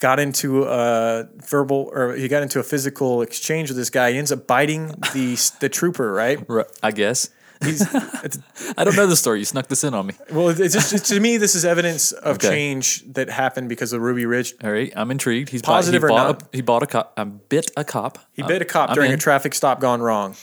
got into a verbal or he got into a physical exchange with this guy. He ends up biting the the trooper, right? Ru- I guess. He's, it's, I don't know the story. You snuck this in on me. well, it's just it's- to me, this is evidence of Okay. change that happened because of Ruby Ridge. All right, I'm intrigued. He's Positive bought, or he bought not? A, he bought a cop. I bit a cop. He bit a cop during a traffic stop gone wrong.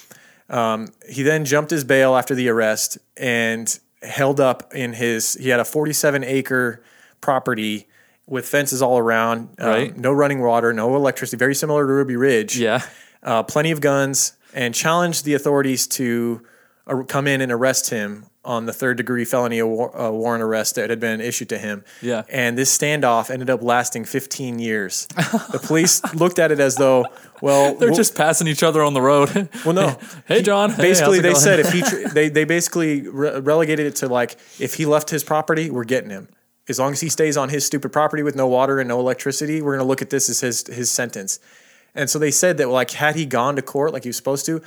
Um, he then jumped his bail after the arrest and held up in his. He had a 47 acre property with fences all around, um, Right. no running water, no electricity, very similar to Ruby Ridge. Yeah. uh, plenty of guns, and challenged the authorities to ar- come in and arrest him on the third degree felony awar- uh, warrant arrest that had been issued to him. Yeah. And this standoff ended up lasting 15 [LAUGHS] years. The police looked at it as though, well, They're we'll- just passing each other on the road. well, no. [LAUGHS] Hey, John. Hey, how's basically, it they going? said if he tr- they they basically re- relegated it to like if he left his property, we're getting him. As long as he stays on his stupid property with no water and no electricity, we're gonna look at this as his his sentence. And so they said that like had he gone to court like he was supposed to,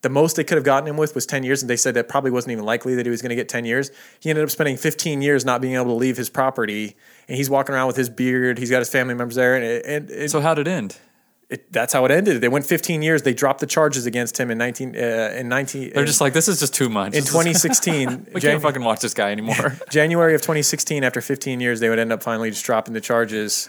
the most they could have gotten him with was ten years, and they said that probably wasn't even likely that he was gonna get ten years. He ended up spending fifteen years not being able to leave his property, and he's walking around with his beard. He's got his family members there, and it, and it, [LAUGHS] So how'd it end? it, that's how it ended. They went 15 years. They dropped the charges against him in 19 uh, in 19 They're just like this is just too much. in This is- [LAUGHS] 2016. we Jan- can't fucking watch this guy anymore. January of 2016. After 15 years, they would end up finally just dropping the charges.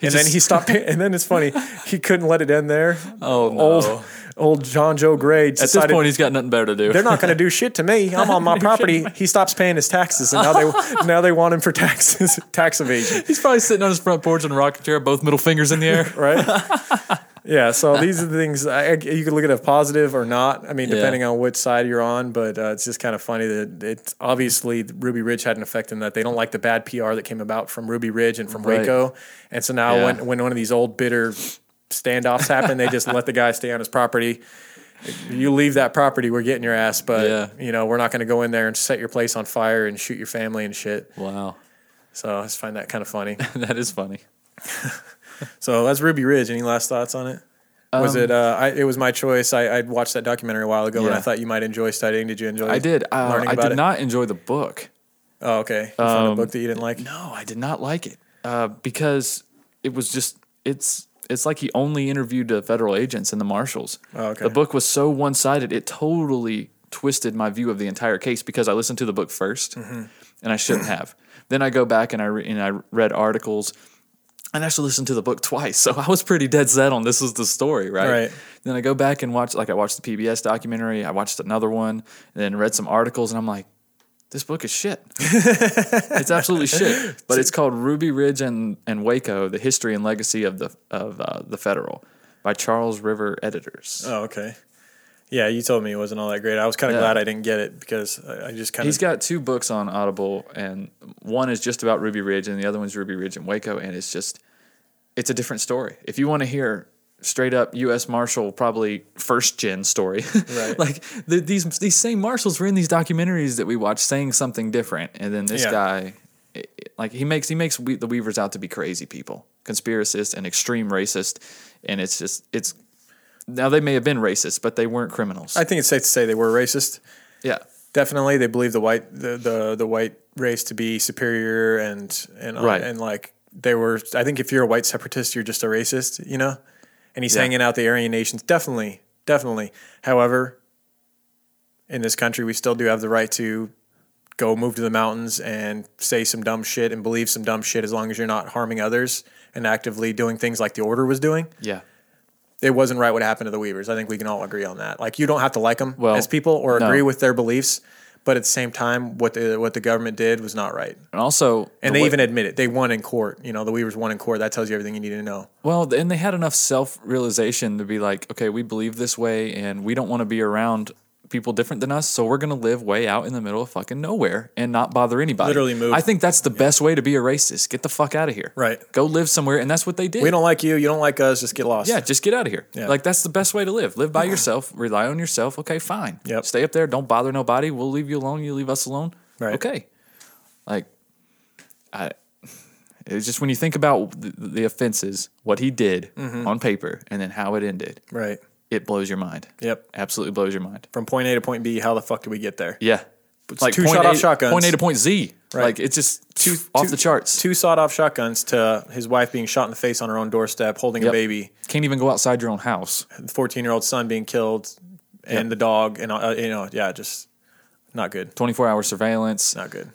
and then just- he [LAUGHS] stopped. pay- and then it's funny, he couldn't let it end there. [LAUGHS] Oh no! Old old John Joe Gray At this decided. point, he's got nothing better to do. they're not going to do shit to me. I'm on my property. He stops paying his taxes, and now [LAUGHS] they now they want him for taxes, tax evasion. [LAUGHS] He's probably sitting on his front porch in a rocking chair, both middle fingers in the air. right? yeah. So these are the things I, I- you can look at it positive or not. I mean, Yeah. depending on which side you're on, but uh, it's just kind of funny that it's obviously Ruby Ridge had an effect in that they don't like the bad PR that came about from Ruby Ridge and from Right. Waco, and so now Yeah. when when one of these old bitter standoffs happen, they just let the guy stay on his property. You leave that property, we're getting your ass, but Yeah. you know we're not going to go in there and set your place on fire and shoot your family and shit. [LAUGHS] Wow, So I just find that kind of funny. [LAUGHS] that is funny. So that's Ruby Ridge. Any last thoughts on it? was it? Uh, I, it was my choice. I, I watched that documentary a while ago, and Um, Yeah. I thought you might enjoy studying. Did you enjoy? I did. Uh, learning I about did it? not enjoy the book. Oh, okay. You found a book that you didn't like. No, I did not like it uh, because it was just it's it's like he only interviewed the federal agents and the marshals. Oh, okay. The book was so one sided; it totally twisted my view of the entire case because I listened to the book 1st and I shouldn't have. Then I go back and I re- and I read articles. And I actually listened to the book twice, [LAUGHS] so I was pretty dead set on this was the story, right? Right. Then I go back and watch, like I watched the PBS documentary, I watched another one, and then read some articles, and I'm like, this book is shit. it's absolutely shit. But it's called Ruby Ridge and, and Waco: The History and Legacy of the of uh, the Federal by Charles River Editors. Oh, okay. Yeah, you told me it wasn't all that great. I was kind of Yeah. glad I didn't get it because I, I just kind He's of. got two books on Audible, and one is just about Ruby Ridge, and the other one's Ruby Ridge and Waco, and it's just it's a different story. If you want to hear straight up U.S. Marshal, probably first gen story, [LAUGHS] Right. like the, these these same marshals were in these documentaries that we watch saying something different, and then this Yeah. guy, it- it- like he makes he makes we, the Weavers out to be crazy people, conspiracists, and extreme racist, and it's just it's. Now they may have been racist, but they weren't criminals. I think it's safe to say they were racist. yeah, Definitely, they believed the white the, the, the white race to be superior and and uh, Right. and like they were. I think if you're a white separatist, you're just a racist, you know. And he's Yeah. hanging out the Aryan nations. Definitely, definitely. However, in this country, we still do have the right to go move to the mountains and say some dumb shit and believe some dumb shit as long as you're not harming others and actively doing things like the order was doing yeah. it wasn't right what happened to the Weavers. I think we can all agree on that. Like you don't have to like them Well, as people or no. agree with their beliefs, But at the same time, what the what the government did was not right, And also, and the they way- even admit it. They won in court. You know, the Weavers won in court. That tells you everything you need to know. Well, and they had enough self realization to be like, okay, we believe this way and we don't want to be around people different than us. So we're going to live way out in the middle of fucking nowhere and not bother anybody. Literally move. I think that's the best way to be a racist. Get the fuck out of here. Right. Go live somewhere. And that's what they did. We don't like you. You don't like us. Just get lost. yeah, just get out of here. Yeah. Like that's the best way to live. Live by yourself. Rely on yourself. Okay, fine. Yep. Stay up there. Don't bother nobody. We'll leave you alone. You leave us alone. Right. Okay. Like, I. It's just when you think about the, the offenses, what he did Mm-hmm. on paper, and then how it ended, Right. it blows your mind. Yep. Absolutely blows your mind. From point A to point B, how the fuck do we get there? Yeah. It's two shot-off A, shotguns. Point A to point Z. Right. Like it's just Two- off two- the charts. Two sawed off shotguns to his wife being shot in the face on her own doorstep, holding Yep. a baby, Can't even go outside your own house. the 14 year old son being killed, and the dog. And, uh, you know, yeah, just not good. Twenty four hour surveillance. Not good.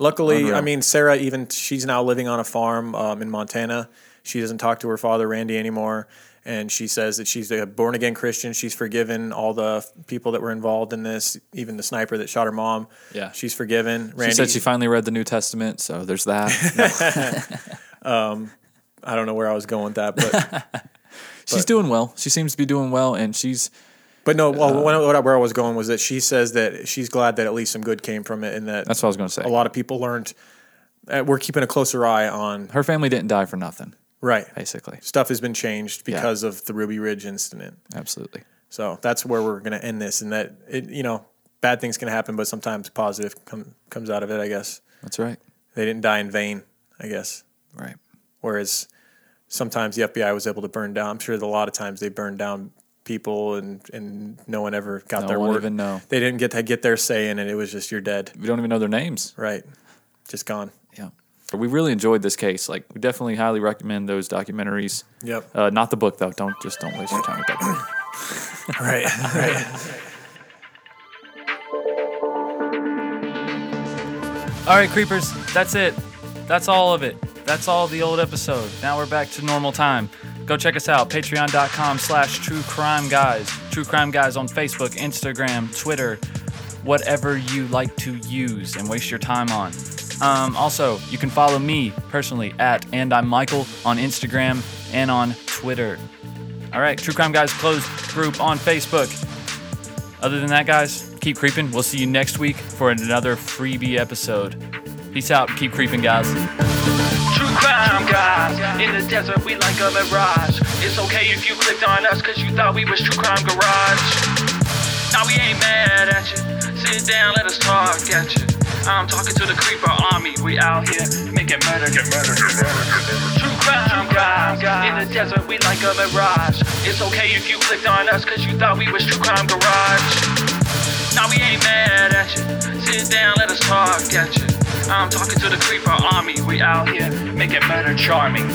Luckily, Unreal. I mean, Sarah, even she's now living on a farm um, in Montana. She doesn't talk to her father, Randy, anymore. And she says that she's a born again Christian. She's forgiven all the f- people that were involved in this, even the sniper that shot her mom. Yeah. She's forgiven. Randy, She said she finally read the New Testament, so [LAUGHS] there's that. I don't know where I was going with that, but [LAUGHS] She's doing well. She seems to be doing well, and she's But no, Uh-huh. well, when, what I- where I was going was that she says that she's glad that at least some good came from it, and that that's what I was going to say. a lot of people learned. Uh, we're keeping a closer eye on Her family didn't die for nothing, right. basically. Stuff has been changed because of the Ruby Ridge incident. Absolutely. So that's where we're going to end this, and that it, you know, bad things can happen, but sometimes positive com- comes out of it. I guess That's right. they didn't die in vain. I guess Right. whereas sometimes the FBI was able to burn down. I'm sure that a lot of times they burned down people, and and no one ever got No their one word. even know. They didn't get to get their say in it. It was just you're dead, We don't even know their names. right? Just gone. [LAUGHS] Yeah. But we really enjoyed this case. Like, we definitely highly recommend those documentaries. Yep. Uh, not the book though. Don't just don't waste your time with that book. right. Right. All right, creepers, that's it. That's all of it. That's all the old episode. Now we're back to normal time. Go check us out, patreon.com slash true crime guys. True crime guys on Facebook, Instagram, Twitter, whatever you like to use and waste your time on. Um, also, you can follow me personally at and I'm Michael on Instagram and on Twitter. All right, True Crime Guys closed group on Facebook. Other than that, guys, keep creeping. We'll see you next week for another freebie episode. Peace out. Keep creeping, guys. True crime, guys. In the desert, we like a mirage. It's okay if you clicked on us, cause you thought we was True Crime Garage. Now we ain't mad at you. Sit down, let us talk at you. I'm talking to the creeper army. We out here making murder, get murder, get murder. True crime, guys. In the desert, we like a mirage. It's okay if you clicked on us, cause you thought we was True Crime Garage. Now we ain't mad at you. Sit down, let us talk at you. I'm talking to the creeper army. We out here making murder charming.